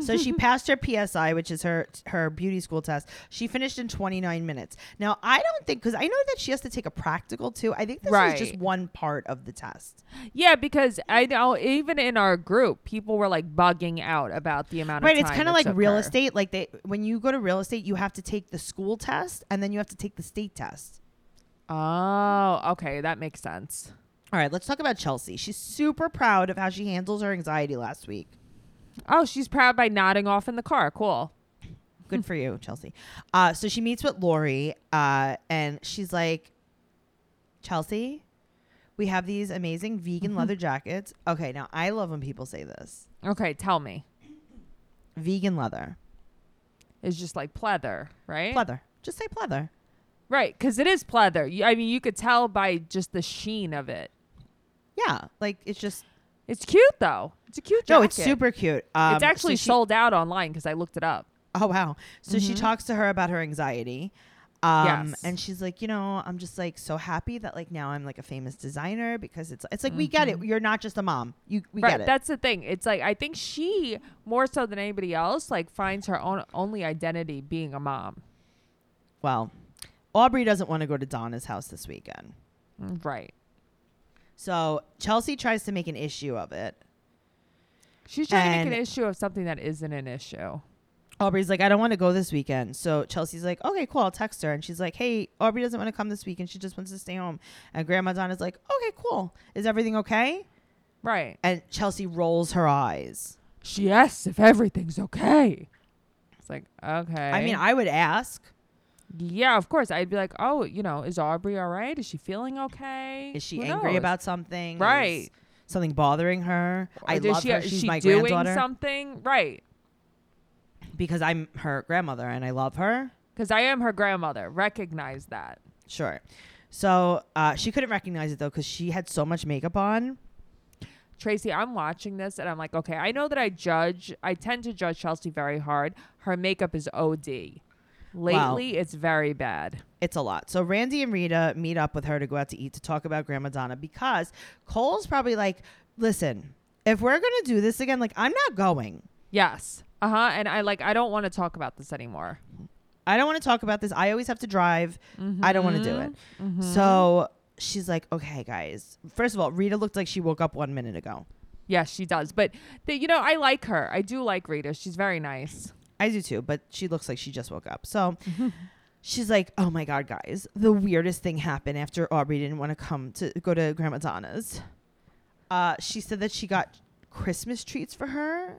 Speaker 1: So she passed her PSI, which is her her beauty school test. She finished in 29 minutes. Now I don't think because I know that she has to take a practical too. I think this is just
Speaker 2: Right.
Speaker 1: one part of the test.
Speaker 2: yeah, because I know even in our group, people were like bugging out about the amount of
Speaker 1: Right? It's
Speaker 2: time
Speaker 1: kind
Speaker 2: it
Speaker 1: of like
Speaker 2: took
Speaker 1: real
Speaker 2: her.
Speaker 1: estate. Like they when you go to real estate, you have to take the school test and then you have to take the state test.
Speaker 2: Oh, okay, that makes sense.
Speaker 1: All right, let's talk about Chelsea. She's super proud of how she handles her anxiety last week.
Speaker 2: Oh, she's proud by nodding off in the car. Cool. Hmm.
Speaker 1: Good for you, Chelsea. Uh, so she meets with Lori, uh, and she's like, Chelsea, we have these amazing vegan
Speaker 2: Mm-hmm.
Speaker 1: leather jackets. Okay, now I love when people say this
Speaker 2: Okay, tell me.
Speaker 1: vegan leather,
Speaker 2: It's just like pleather, right?
Speaker 1: pleather. Just say pleather.
Speaker 2: Right, because it is pleather. You- I mean, you could tell by just the sheen of it.
Speaker 1: Yeah, like it's just
Speaker 2: It's cute though. It's a cute jacket.
Speaker 1: no, it's super cute. Um,
Speaker 2: it's actually
Speaker 1: so she-
Speaker 2: sold out online because I looked it up.
Speaker 1: Oh wow. So she talks to her about her anxiety. Um
Speaker 2: Yes.
Speaker 1: and she's like, you know, I'm just like so happy that like now I'm like a famous designer because it's it's like we get it. You're not just a mom. You we
Speaker 2: Mm-hmm. right,
Speaker 1: get it.
Speaker 2: that's the thing. It's like I think she more so than anybody else like finds her own only identity being a mom.
Speaker 1: well, Aubrey doesn't want to go to Donna's house this weekend.
Speaker 2: Mm, Right.
Speaker 1: So Chelsea tries to make an issue of it.
Speaker 2: She's trying to make an
Speaker 1: And-
Speaker 2: issue of something that isn't an issue.
Speaker 1: Aubrey's like, I don't want to go this weekend. So Chelsea's like, okay, cool. I'll text her. And she's like, hey, Aubrey doesn't want to come this weekend. She just wants to stay home. And Grandma Donna's like, okay, cool. Is everything okay?
Speaker 2: Right.
Speaker 1: And Chelsea rolls her eyes.
Speaker 2: She asks if everything's okay. It's like, okay.
Speaker 1: I mean, I would ask.
Speaker 2: yeah, of course. I'd be like, oh, you know, is Aubrey all right? Is she feeling okay?
Speaker 1: Is she
Speaker 2: Who
Speaker 1: angry
Speaker 2: knows?
Speaker 1: about something?
Speaker 2: Right.
Speaker 1: Is something bothering her?
Speaker 2: Or
Speaker 1: I
Speaker 2: does
Speaker 1: love
Speaker 2: she,
Speaker 1: her.
Speaker 2: is
Speaker 1: She's
Speaker 2: she
Speaker 1: my
Speaker 2: doing
Speaker 1: granddaughter
Speaker 2: something? Right.
Speaker 1: because I'm her grandmother and I love her.
Speaker 2: Because I am her grandmother. Recognize that.
Speaker 1: Sure. So uh, she couldn't recognize it though because she had so much makeup on.
Speaker 2: Tracy, I'm watching this and I'm like, okay, I know that I judge, I tend to judge Chelsea very hard. Her makeup is OD. Lately, it's very bad.
Speaker 1: It's a lot. So Randy and Rita meet up with her to go out to eat to talk about Grandma Donna because Cole's probably like, listen, if we're gonna do this again, like I'm not going.
Speaker 2: Yes. Uh huh. And I like, I don't want to talk about this anymore.
Speaker 1: I don't want to talk about this. I always have to drive. I don't want to do it.
Speaker 2: Mm-hmm.
Speaker 1: So she's like, okay, guys. First of all, Rita looked like she woke up one minute ago.
Speaker 2: Yes, she does. But, the, you know, I like her. I do like Rita. She's very nice.
Speaker 1: I do too, but she looks like she just woke up. So she's like, oh my God, guys. The weirdest thing happened after Aubrey didn't want to come to go to Grandma Donna's. Uh, she said that she got Christmas treats for her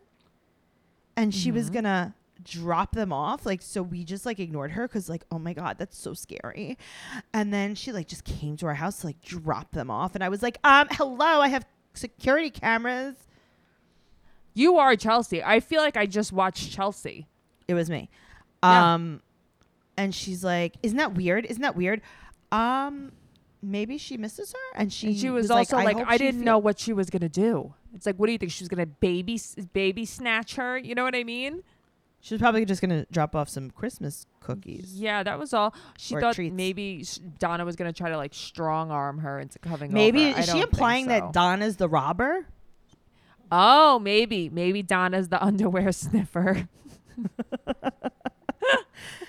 Speaker 1: and she was going to drop them off like so we just like ignored her because like oh my god that's so scary and then she like just came to our house to like drop them off and i was like um hello i have security cameras
Speaker 2: You are Chelsea. I feel like I just watched Chelsea.
Speaker 1: It was me.
Speaker 2: Yeah.
Speaker 1: Um, and she's like, "Isn't that weird? Isn't that weird?" Um, maybe she misses her, and she
Speaker 2: And she was,
Speaker 1: like,
Speaker 2: also like,
Speaker 1: hope
Speaker 2: I,
Speaker 1: she
Speaker 2: didn't
Speaker 1: feel-
Speaker 2: know what she was going to do. It's like, what do you think? She was going to baby, s- baby snatch her? You know what I mean?
Speaker 1: she was probably just gonna drop off some Christmas cookies.
Speaker 2: Yeah, that was all. She
Speaker 1: Or
Speaker 2: thought
Speaker 1: treats.
Speaker 2: maybe sh- Donna was going to try to like strong arm her into coming
Speaker 1: Maybe
Speaker 2: over. I
Speaker 1: is
Speaker 2: don't
Speaker 1: she
Speaker 2: think
Speaker 1: implying
Speaker 2: so.
Speaker 1: that Donna's the robber?
Speaker 2: oh, maybe. Maybe Donna's the underwear sniffer.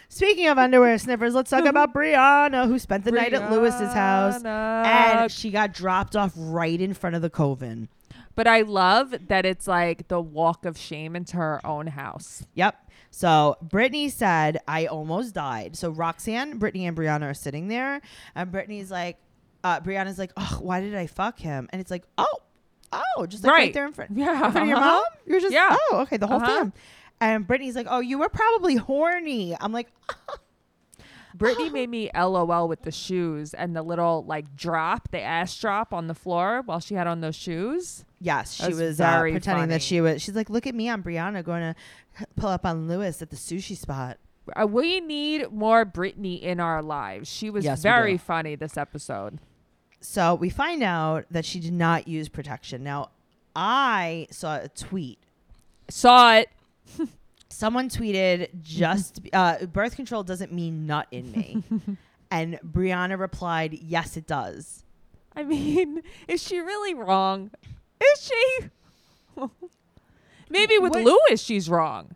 Speaker 1: Speaking of underwear sniffers, let's talk about Brianna, who spent the night at Lewis's house, and
Speaker 2: Brianna.
Speaker 1: she got dropped off right in front of the coven.
Speaker 2: But I love that it's like the walk of shame into her own house.
Speaker 1: Yep. So Brittany said, I almost died. So Roxanne, Brittany, and Brianna are sitting there, and Brittany's like, uh, Brianna's like, oh, why did I fuck him? And it's like, oh, oh, just like right,
Speaker 2: Right.
Speaker 1: there in front,
Speaker 2: Yeah.
Speaker 1: in front of your
Speaker 2: Uh-huh.
Speaker 1: mom. You're just,
Speaker 2: Yeah.
Speaker 1: oh, okay, the whole
Speaker 2: Uh-huh.
Speaker 1: time. And Brittany's like, oh, you were probably horny. I'm like,
Speaker 2: Brittany made me LOL with the shoes and the little like drop, the ass drop on the floor while she had on those shoes.
Speaker 1: yes, she
Speaker 2: That's
Speaker 1: was uh,
Speaker 2: very
Speaker 1: pretending
Speaker 2: funny.
Speaker 1: that she was. She's like, look at me, I'm Brianna going to pull up on Lewis at the sushi spot.
Speaker 2: Uh, We need more Brittany in our lives. She was
Speaker 1: Yes, we
Speaker 2: very
Speaker 1: do.
Speaker 2: funny this episode.
Speaker 1: So we find out that she did not use protection. Now, I saw a tweet
Speaker 2: Saw it.
Speaker 1: someone tweeted just
Speaker 2: Mm-hmm.
Speaker 1: uh, birth control doesn't mean nut in me and brianna replied yes it does
Speaker 2: I mean, is she really wrong? Is she? Maybe with
Speaker 1: What-
Speaker 2: Lewis, she's wrong.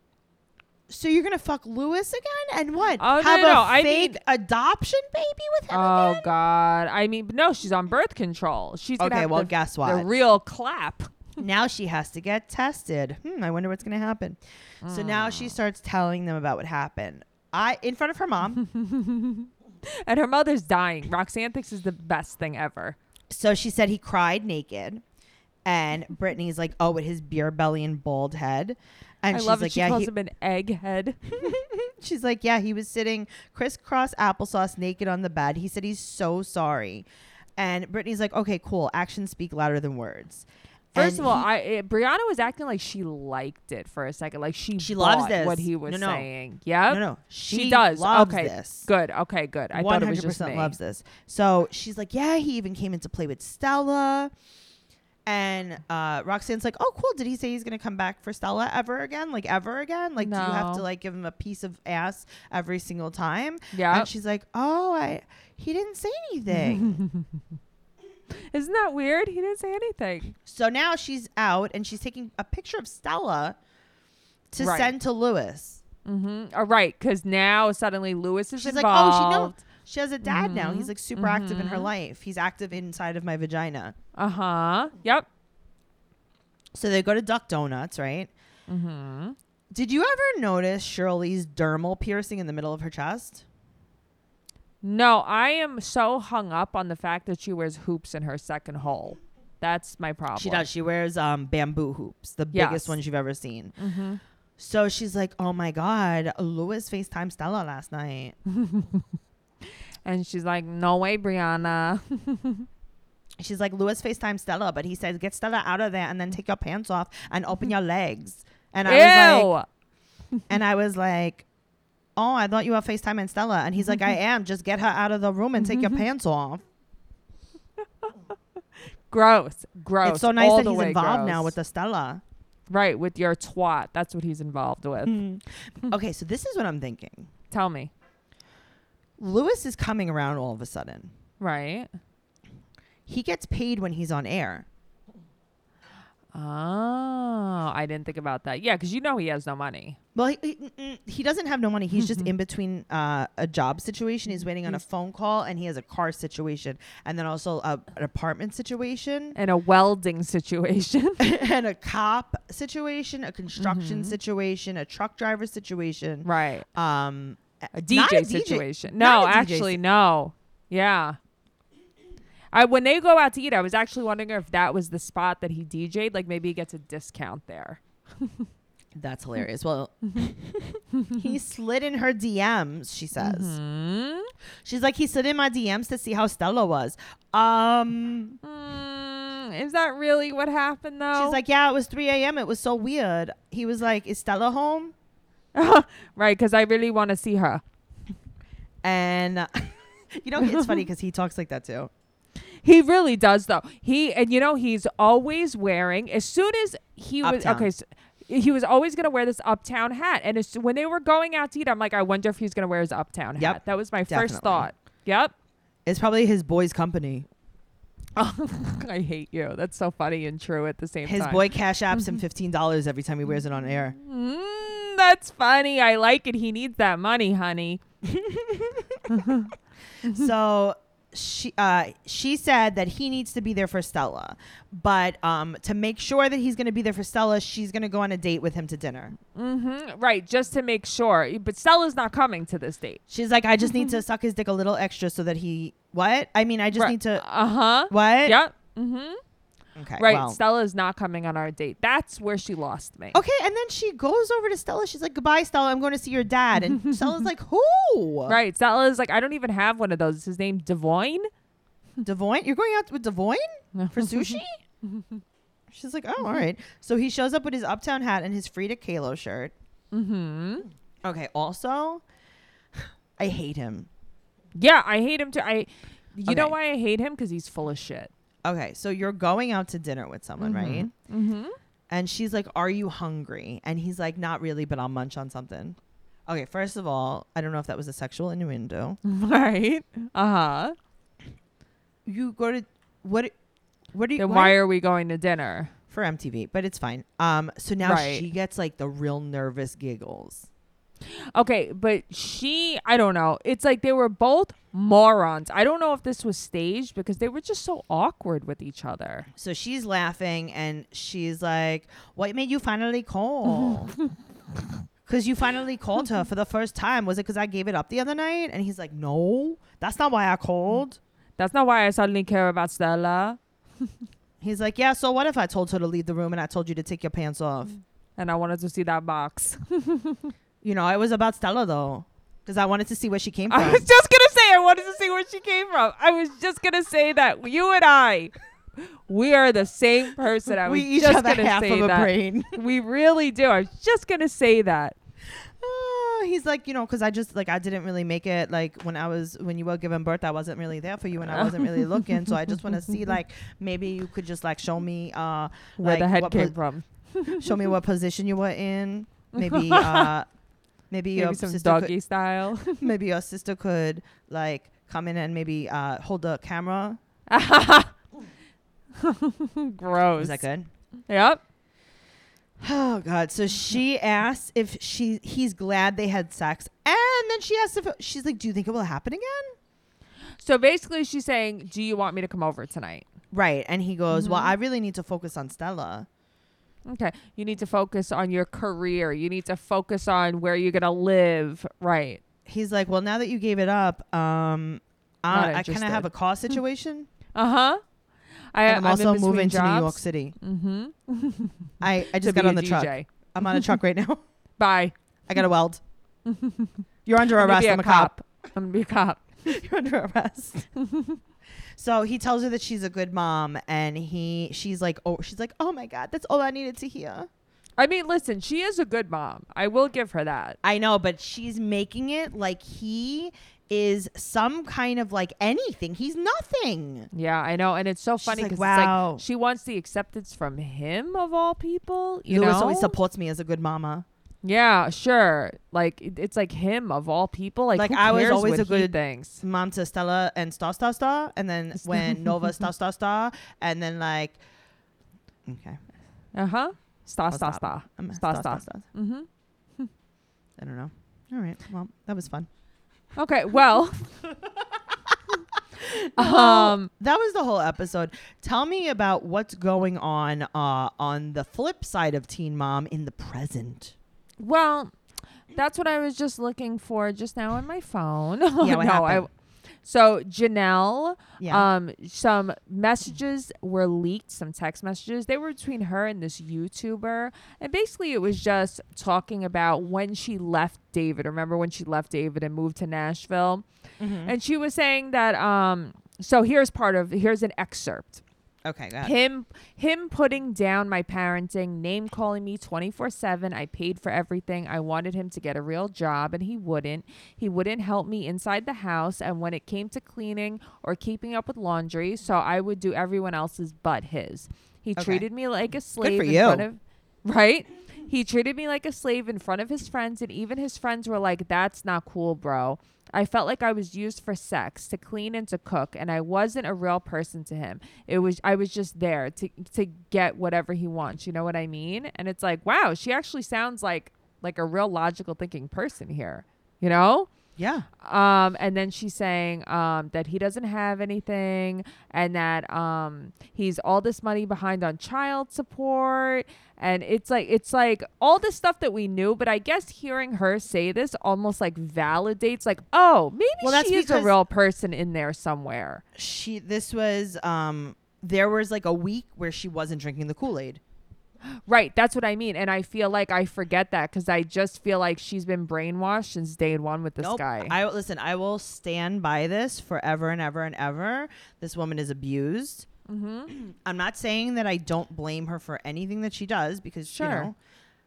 Speaker 1: so you're gonna fuck lewis again and what
Speaker 2: Oh, no,
Speaker 1: have
Speaker 2: no,
Speaker 1: a
Speaker 2: no, I
Speaker 1: fake
Speaker 2: need-
Speaker 1: adoption baby with him
Speaker 2: Oh
Speaker 1: again?
Speaker 2: God! I mean, no, she's on birth control. She's gonna
Speaker 1: Okay,
Speaker 2: have
Speaker 1: well,
Speaker 2: the,
Speaker 1: guess
Speaker 2: The
Speaker 1: what?
Speaker 2: real clap.
Speaker 1: now she has to get tested hmm i wonder what's gonna happen so now
Speaker 2: Mm.
Speaker 1: she starts telling them about what happened i in front of her mom
Speaker 2: And her mother's dying. Roxanne thinks is the best thing ever.
Speaker 1: So she said he cried naked. And Brittany's like, oh, with his beer belly and bald head. And
Speaker 2: I
Speaker 1: she's
Speaker 2: love
Speaker 1: like,
Speaker 2: it. She
Speaker 1: yeah,
Speaker 2: calls
Speaker 1: he-
Speaker 2: him an egghead.
Speaker 1: She's like, yeah, he was sitting crisscross applesauce naked on the bed. He said he's so sorry. And Brittany's like, okay, cool. Actions speak louder than words.
Speaker 2: First
Speaker 1: And
Speaker 2: of all,
Speaker 1: he-
Speaker 2: I it, Brianna was acting like she liked it for a second, like she
Speaker 1: She loves
Speaker 2: bought
Speaker 1: this.
Speaker 2: what he was
Speaker 1: No, no.
Speaker 2: saying. Yeah,
Speaker 1: no, no,
Speaker 2: she,
Speaker 1: she,
Speaker 2: does.
Speaker 1: Loves
Speaker 2: okay,
Speaker 1: this.
Speaker 2: good. Okay, good. I
Speaker 1: One
Speaker 2: thought it was
Speaker 1: hundred
Speaker 2: just me.
Speaker 1: percent loves this. So she's like, yeah, he even came in to play with Stella. And uh, Roxanne's like, oh, cool. Did he say he's gonna come back for Stella ever again? Like ever again? Like, do you have
Speaker 2: No.
Speaker 1: to like give him a piece of ass every single time?
Speaker 2: Yeah,
Speaker 1: And she's like, oh, I. He didn't say anything.
Speaker 2: isn't that weird? He didn't say anything.
Speaker 1: So now she's out and she's taking a picture of Stella to
Speaker 2: Right.
Speaker 1: send to Lewis.
Speaker 2: Mm-hmm. All right, because now suddenly Lewis is
Speaker 1: She's like,
Speaker 2: involved. Mm-hmm.
Speaker 1: oh, she knows. She has a dad now.
Speaker 2: Mhm.
Speaker 1: He's like super active in her life. He's active inside of my vagina.
Speaker 2: Uh huh. Yep.
Speaker 1: So they go to Duck Donuts, right?
Speaker 2: Mm-hmm.
Speaker 1: Did you ever notice Shirley's dermal piercing in the middle of her chest?
Speaker 2: No, I am so hung up on the fact that she wears hoops in her second hole. That's my problem.
Speaker 1: She does. She wears um, bamboo hoops, the biggest
Speaker 2: Yes.
Speaker 1: ones you've ever seen.
Speaker 2: Mm-hmm.
Speaker 1: So she's like, oh my God, Lewis FaceTime Stella last night.
Speaker 2: And she's like, no way, Brianna.
Speaker 1: She's like, Lewis FaceTime Stella, but he says, get Stella out of there and then take your pants off and open your legs. And I was
Speaker 2: Ew.
Speaker 1: like, and I was like, oh, I thought you were FaceTime and Stella. And he's like,
Speaker 2: Mm-hmm.
Speaker 1: I am. Just get her out of the room and take your pants off.
Speaker 2: gross. Gross.
Speaker 1: It's so nice
Speaker 2: All
Speaker 1: that
Speaker 2: the
Speaker 1: he's
Speaker 2: way
Speaker 1: involved now
Speaker 2: gross.
Speaker 1: with the Stella.
Speaker 2: Right, with your twat. That's what he's involved with.
Speaker 1: Mm. okay, so this is what I'm thinking.
Speaker 2: Tell me.
Speaker 1: Lewis is coming around all of a sudden.
Speaker 2: Right.
Speaker 1: He gets paid when he's on air.
Speaker 2: Oh, I didn't think about that. Yeah, because you know he has no money.
Speaker 1: Well, he, he, mm, he doesn't have no money. He's
Speaker 2: Mm-hmm.
Speaker 1: just in between uh, a job situation. He's waiting on a phone call, and he has a car situation, and then also a, an apartment situation,
Speaker 2: In a welding situation.
Speaker 1: and a cop situation, a construction situation, a truck driver situation.
Speaker 2: Mm-hmm. right.
Speaker 1: Um,
Speaker 2: a DJ
Speaker 1: not a DJ
Speaker 2: situation.
Speaker 1: not
Speaker 2: No,
Speaker 1: a DJ
Speaker 2: actually, no. Yeah. I when they go out to eat, I was actually wondering if that was the spot that he DJ'd. Like maybe he gets a discount there.
Speaker 1: That's hilarious. Well, he slid in her DMs. She says
Speaker 2: Hmm.
Speaker 1: she's like he slid in my DMs to see how Stella was. Um,
Speaker 2: Mm, is that really what happened though?
Speaker 1: she's like, yeah, it was 3 a.m. It was so weird. He was like, is Stella home?
Speaker 2: right, because I really want to see her.
Speaker 1: And uh, you know, it's funny because he talks like that too.
Speaker 2: He really does though. He and you know he's always wearing as soon as he was
Speaker 1: Uptown.
Speaker 2: okay. So, he was always gonna wear this uptown hat, and as, when they were going out to eat, I'm like, I wonder if he's gonna wear his uptown
Speaker 1: Yep,
Speaker 2: hat. That was my
Speaker 1: definitely.
Speaker 2: first thought. Yep.
Speaker 1: It's probably his boy's company.
Speaker 2: I hate you. That's so funny and true at the same
Speaker 1: His
Speaker 2: time.
Speaker 1: boy cash apps him fifteen dollars every time he wears it on air.
Speaker 2: Mm, that's funny. I like it. He needs that money, honey.
Speaker 1: so she uh, she said that he needs to be there for Stella, but um, to make sure that he's going to be there for Stella, she's going to go on a date with him to dinner.
Speaker 2: hmm Right, just to make sure. But Stella's not coming to this date.
Speaker 1: She's like, I just need to suck his dick a little extra so that he what? I mean, I just
Speaker 2: Right.
Speaker 1: need to
Speaker 2: Uh huh.
Speaker 1: what?
Speaker 2: Yep. hmm
Speaker 1: Okay.
Speaker 2: Right.
Speaker 1: well.
Speaker 2: Stella's not coming on our date. That's where she lost me.
Speaker 1: Okay, and then she goes over to Stella. She's like, "Goodbye, Stella. I'm going to see your dad." And Stella's like, "Who?
Speaker 2: Right. Stella's like, I don't even have one of those. Is his name Devoyne?
Speaker 1: Devoyne? You're going out with Devoyne for sushi? She's like, oh, all right. So he shows up with his Uptown hat and his Frida Kahlo shirt.
Speaker 2: Mm-hmm.
Speaker 1: Mm. Okay. Also, I hate him.
Speaker 2: Yeah, I hate him too. I you know
Speaker 1: Okay.
Speaker 2: why I hate him? Because he's full of shit.
Speaker 1: Okay. So you're going out to dinner with someone, right?
Speaker 2: Mm-hmm.
Speaker 1: And she's like, are you hungry? And he's like, not really, but I'll munch on something. Okay. First of all, I don't know if that was a sexual innuendo.
Speaker 2: Right. Uh-huh.
Speaker 1: You go to what? What are you?
Speaker 2: Then
Speaker 1: why-
Speaker 2: why are we going to dinner?
Speaker 1: for MTV, but it's fine. Um, so now
Speaker 2: Right.
Speaker 1: she gets like the real nervous giggles.
Speaker 2: Okay, but she, I don't know. It's like they were both morons. I don't know if this was staged because they were just so awkward with each other.
Speaker 1: So she's laughing and she's like, What made you finally call? Because you finally called her for the first time. Was it because I gave it up the other night? And he's like, No, that's not why I called.
Speaker 2: That's not why I suddenly care about Stella.
Speaker 1: He's like, yeah. So what if I told her to leave the room and I told you to take your pants off?
Speaker 2: Mm. And I wanted to see that box.
Speaker 1: You know, it was about Stella though, because I wanted to see where she came
Speaker 2: I
Speaker 1: from.
Speaker 2: was just gonna say I wanted to see where she came from. I was just gonna say that you and I, we are the same person. I
Speaker 1: we
Speaker 2: was
Speaker 1: each
Speaker 2: just
Speaker 1: have a
Speaker 2: gonna
Speaker 1: half
Speaker 2: say
Speaker 1: of a
Speaker 2: that.
Speaker 1: brain.
Speaker 2: We really do. I was just gonna say that.
Speaker 1: Ah, he's like, you know, because I just like I didn't really make it. Like when I was when you were giving birth, I wasn't really there for you, and I wasn't really looking. So I just want to see, like, maybe you could just like show me, uh,
Speaker 2: Where
Speaker 1: like,
Speaker 2: the head
Speaker 1: what
Speaker 2: came
Speaker 1: po-
Speaker 2: from.
Speaker 1: show me what position you were in. Maybe, uh, maybe, your
Speaker 2: Maybe some
Speaker 1: sister could-
Speaker 2: doggy style.
Speaker 1: maybe your sister could like come in and maybe uh, hold the camera.
Speaker 2: Gross.
Speaker 1: Is that good?
Speaker 2: Yep.
Speaker 1: Oh God! So she asks if she he's glad they had sex, and then she asks if she's like, "Do you think it will happen again?"
Speaker 2: So basically, she's saying, "Do you want me to come over tonight?"
Speaker 1: Right? And he goes, "Well, I really need to focus on Stella."
Speaker 2: Okay. You need to focus on your career. You need to focus on where you're gonna live. Right.
Speaker 1: He's like, "Well, now that you gave it up, um,
Speaker 2: Not
Speaker 1: I, I kind
Speaker 2: interested.
Speaker 1: of have a car situation,
Speaker 2: Uh huh. I
Speaker 1: and Hmm. I'm,
Speaker 2: in
Speaker 1: also
Speaker 2: between
Speaker 1: moving to New York
Speaker 2: jobs.
Speaker 1: City.
Speaker 2: Mm-hmm.
Speaker 1: I I
Speaker 2: To
Speaker 1: just
Speaker 2: be
Speaker 1: got on
Speaker 2: a
Speaker 1: the truck.
Speaker 2: DJ.
Speaker 1: I'm on a truck right now.
Speaker 2: Bye.
Speaker 1: I got to weld. You're under
Speaker 2: I'm gonna
Speaker 1: arrest.
Speaker 2: be
Speaker 1: I'm a cop.
Speaker 2: I'm gonna be a cop.
Speaker 1: You're under arrest. so he tells her that she's a good mom, and he she's like, oh, she's like, oh my god, that's all I needed to hear.
Speaker 2: I mean, listen, she is a good mom. I will give her that.
Speaker 1: I know, but she's making it like he is some kind of like anything. He's nothing.
Speaker 2: Yeah, I know, and it's so
Speaker 1: She's
Speaker 2: funny
Speaker 1: like,
Speaker 2: because
Speaker 1: "Wow."
Speaker 2: she wants the acceptance from him of all people. You
Speaker 1: Lewis
Speaker 2: know,
Speaker 1: always supports me as a good mama.
Speaker 2: yeah, sure. Like it- it's like him of all people. Like,
Speaker 1: Like,
Speaker 2: who
Speaker 1: I was
Speaker 2: cares
Speaker 1: always
Speaker 2: what
Speaker 1: a
Speaker 2: he
Speaker 1: good-
Speaker 2: thinks.
Speaker 1: Mom to Stella and star star star, and then when Nova star star star, and then like, okay,
Speaker 2: Uh huh. Star,
Speaker 1: I'll
Speaker 2: star,
Speaker 1: stop.
Speaker 2: star.
Speaker 1: I'm-
Speaker 2: Star, star. Mm-hmm.
Speaker 1: I don't know. All right, well, that was fun.
Speaker 2: Okay. Well.
Speaker 1: Oh,
Speaker 2: um.
Speaker 1: that was the whole episode. Tell me about what's going on uh, on the flip side of Teen Mom in the present.
Speaker 2: Well, that's what I was just looking for just now on my phone.
Speaker 1: Yeah, what
Speaker 2: no, I.
Speaker 1: happened?
Speaker 2: So Janelle,
Speaker 1: Yeah,
Speaker 2: um, some messages were leaked, some text messages. They were between her and this YouTuber, and basically it was just talking about when she left David. Remember when she left David and moved to Nashville,
Speaker 1: Mm-hmm.
Speaker 2: and she was saying that. Um, so here's part of here's an excerpt
Speaker 1: okay, go ahead.
Speaker 2: him him putting down my parenting name calling me 24/7 I paid for everything I wanted him to get a real job and he wouldn't he wouldn't help me inside the house and when it came to cleaning or keeping up with laundry so I would do everyone else's but his he
Speaker 1: Okay.
Speaker 2: treated me like a slave
Speaker 1: for
Speaker 2: in
Speaker 1: you.
Speaker 2: front of right he treated me like a slave in front of his friends, and even his friends were like, That's not cool, bro. I felt like I was used for sex, to clean and to cook, and I wasn't a real person to him. It was I was just there to to get whatever he wants. You know what I mean? And it's like, wow, she actually sounds like like a real logical thinking person here. You know?
Speaker 1: yeah,
Speaker 2: Um, and then she's saying um, that he doesn't have anything and that um, he's all this money behind on child support. And it's like it's like all this stuff that we knew, but I guess hearing her say this almost like validates like, oh, maybe
Speaker 1: Well, that's
Speaker 2: she is a
Speaker 1: because-
Speaker 2: real person in there somewhere.
Speaker 1: she. This was um. There was like a week where she wasn't drinking the Kool Aid.
Speaker 2: Right. That's what I mean. And I feel like I forget that because I just feel like she's been brainwashed since day one with this
Speaker 1: Nope.
Speaker 2: guy.
Speaker 1: I listen. I will stand by this forever and ever and ever. This woman is abused.
Speaker 2: Mm-hmm.
Speaker 1: I'm not saying that I don't blame her for anything that she does because
Speaker 2: Sure.
Speaker 1: you know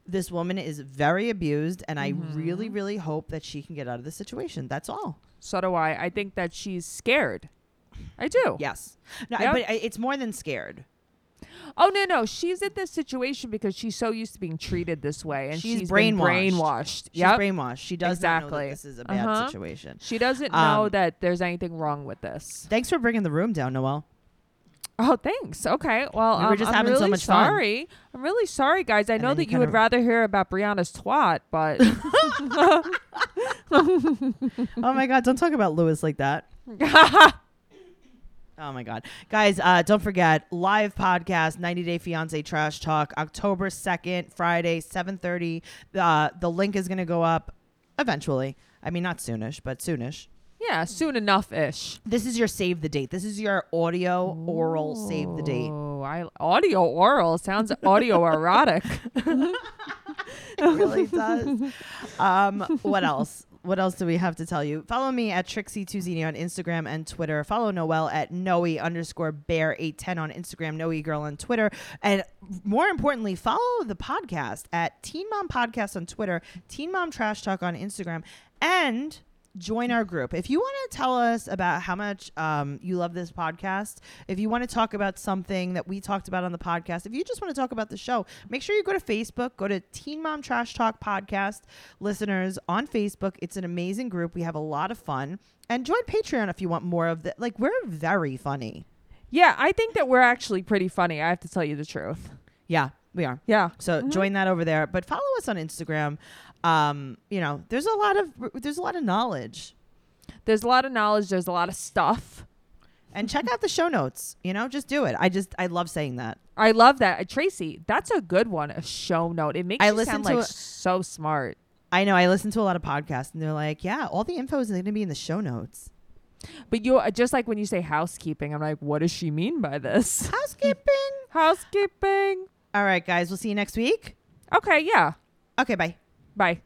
Speaker 1: this woman is very abused, and I
Speaker 2: Mm-hmm.
Speaker 1: really, really hope that she can get out of this situation. That's all.
Speaker 2: so do I. I think that she's scared. I do.
Speaker 1: Yes. No, I-
Speaker 2: Yep.
Speaker 1: but I, it's more than scared.
Speaker 2: Oh no, no, she's in this situation because she's so used to being treated this way, and
Speaker 1: She's
Speaker 2: she's, been
Speaker 1: brainwashed.
Speaker 2: brainwashed.
Speaker 1: She's
Speaker 2: Yep.
Speaker 1: brainwashed. She does not know
Speaker 2: Exactly.
Speaker 1: that this is a bad
Speaker 2: Uh-huh.
Speaker 1: situation.
Speaker 2: she doesn't know
Speaker 1: Um,
Speaker 2: that there's anything wrong with this.
Speaker 1: Thanks for bringing the room down, Noel.
Speaker 2: Oh, thanks. Okay. Well,
Speaker 1: We were
Speaker 2: um,
Speaker 1: just
Speaker 2: I'm
Speaker 1: having so
Speaker 2: really
Speaker 1: much fun.
Speaker 2: sorry. I'm really sorry, guys. I know
Speaker 1: then you
Speaker 2: that you would
Speaker 1: kinda-
Speaker 2: rather hear about Brianna's twat, but
Speaker 1: oh my God! Don't talk about Lewis like that. Oh my God. Guys, uh, don't forget live podcast, 90 Day Fiance Trash Talk, October 2nd, Friday, 7.30. Uh, the link is going to go up eventually. I mean, not soonish, but soonish.
Speaker 2: Yeah, soon enough ish.
Speaker 1: This is your save the date. This is your audio oral save the date.
Speaker 2: Oh, I audio oral sounds audio erotic.
Speaker 1: It really does. Um, what else? What else do we have to tell you? Follow me at Trixie Tuzini on Instagram and Twitter. Follow Noelle at Noe underscore bear 810 on Instagram, Noe girl on Twitter. And more importantly, follow the podcast at Teen Mom Podcast on Twitter, Teen Mom Trash Talk on Instagram, and join our group. If you want to tell us about how much um, you love this podcast, if you want to talk about something that we talked about on the podcast, if you just want to talk about the show, make sure you go to Facebook, go to Teen Mom Trash Talk Podcast listeners on Facebook. It's an amazing group. We have a lot of fun. And join Patreon if you want more of that. Like, we're very funny.
Speaker 2: yeah, I think that we're actually pretty funny. I have to tell you the truth.
Speaker 1: Yeah, we are.
Speaker 2: Yeah.
Speaker 1: So join that over there, but follow us on Instagram. Um, you know, there's a lot of there's a lot of knowledge
Speaker 2: There's a lot of knowledge, there's a lot of stuff.
Speaker 1: and check out the show notes you know just do it i just i love saying that
Speaker 2: I love that. Uh, Tracy, that's a good one, a show note. It makes
Speaker 1: I
Speaker 2: you
Speaker 1: listened
Speaker 2: sound like
Speaker 1: to a-
Speaker 2: so smart.
Speaker 1: i know i listen to a lot of podcasts and they're like yeah all the info is going to be in the show notes
Speaker 2: But you uh, just like when you say housekeeping, I'm like, what does she mean by this?
Speaker 1: housekeeping
Speaker 2: housekeeping.
Speaker 1: all right guys we'll see you next week
Speaker 2: Okay, yeah.
Speaker 1: okay bye
Speaker 2: Bye.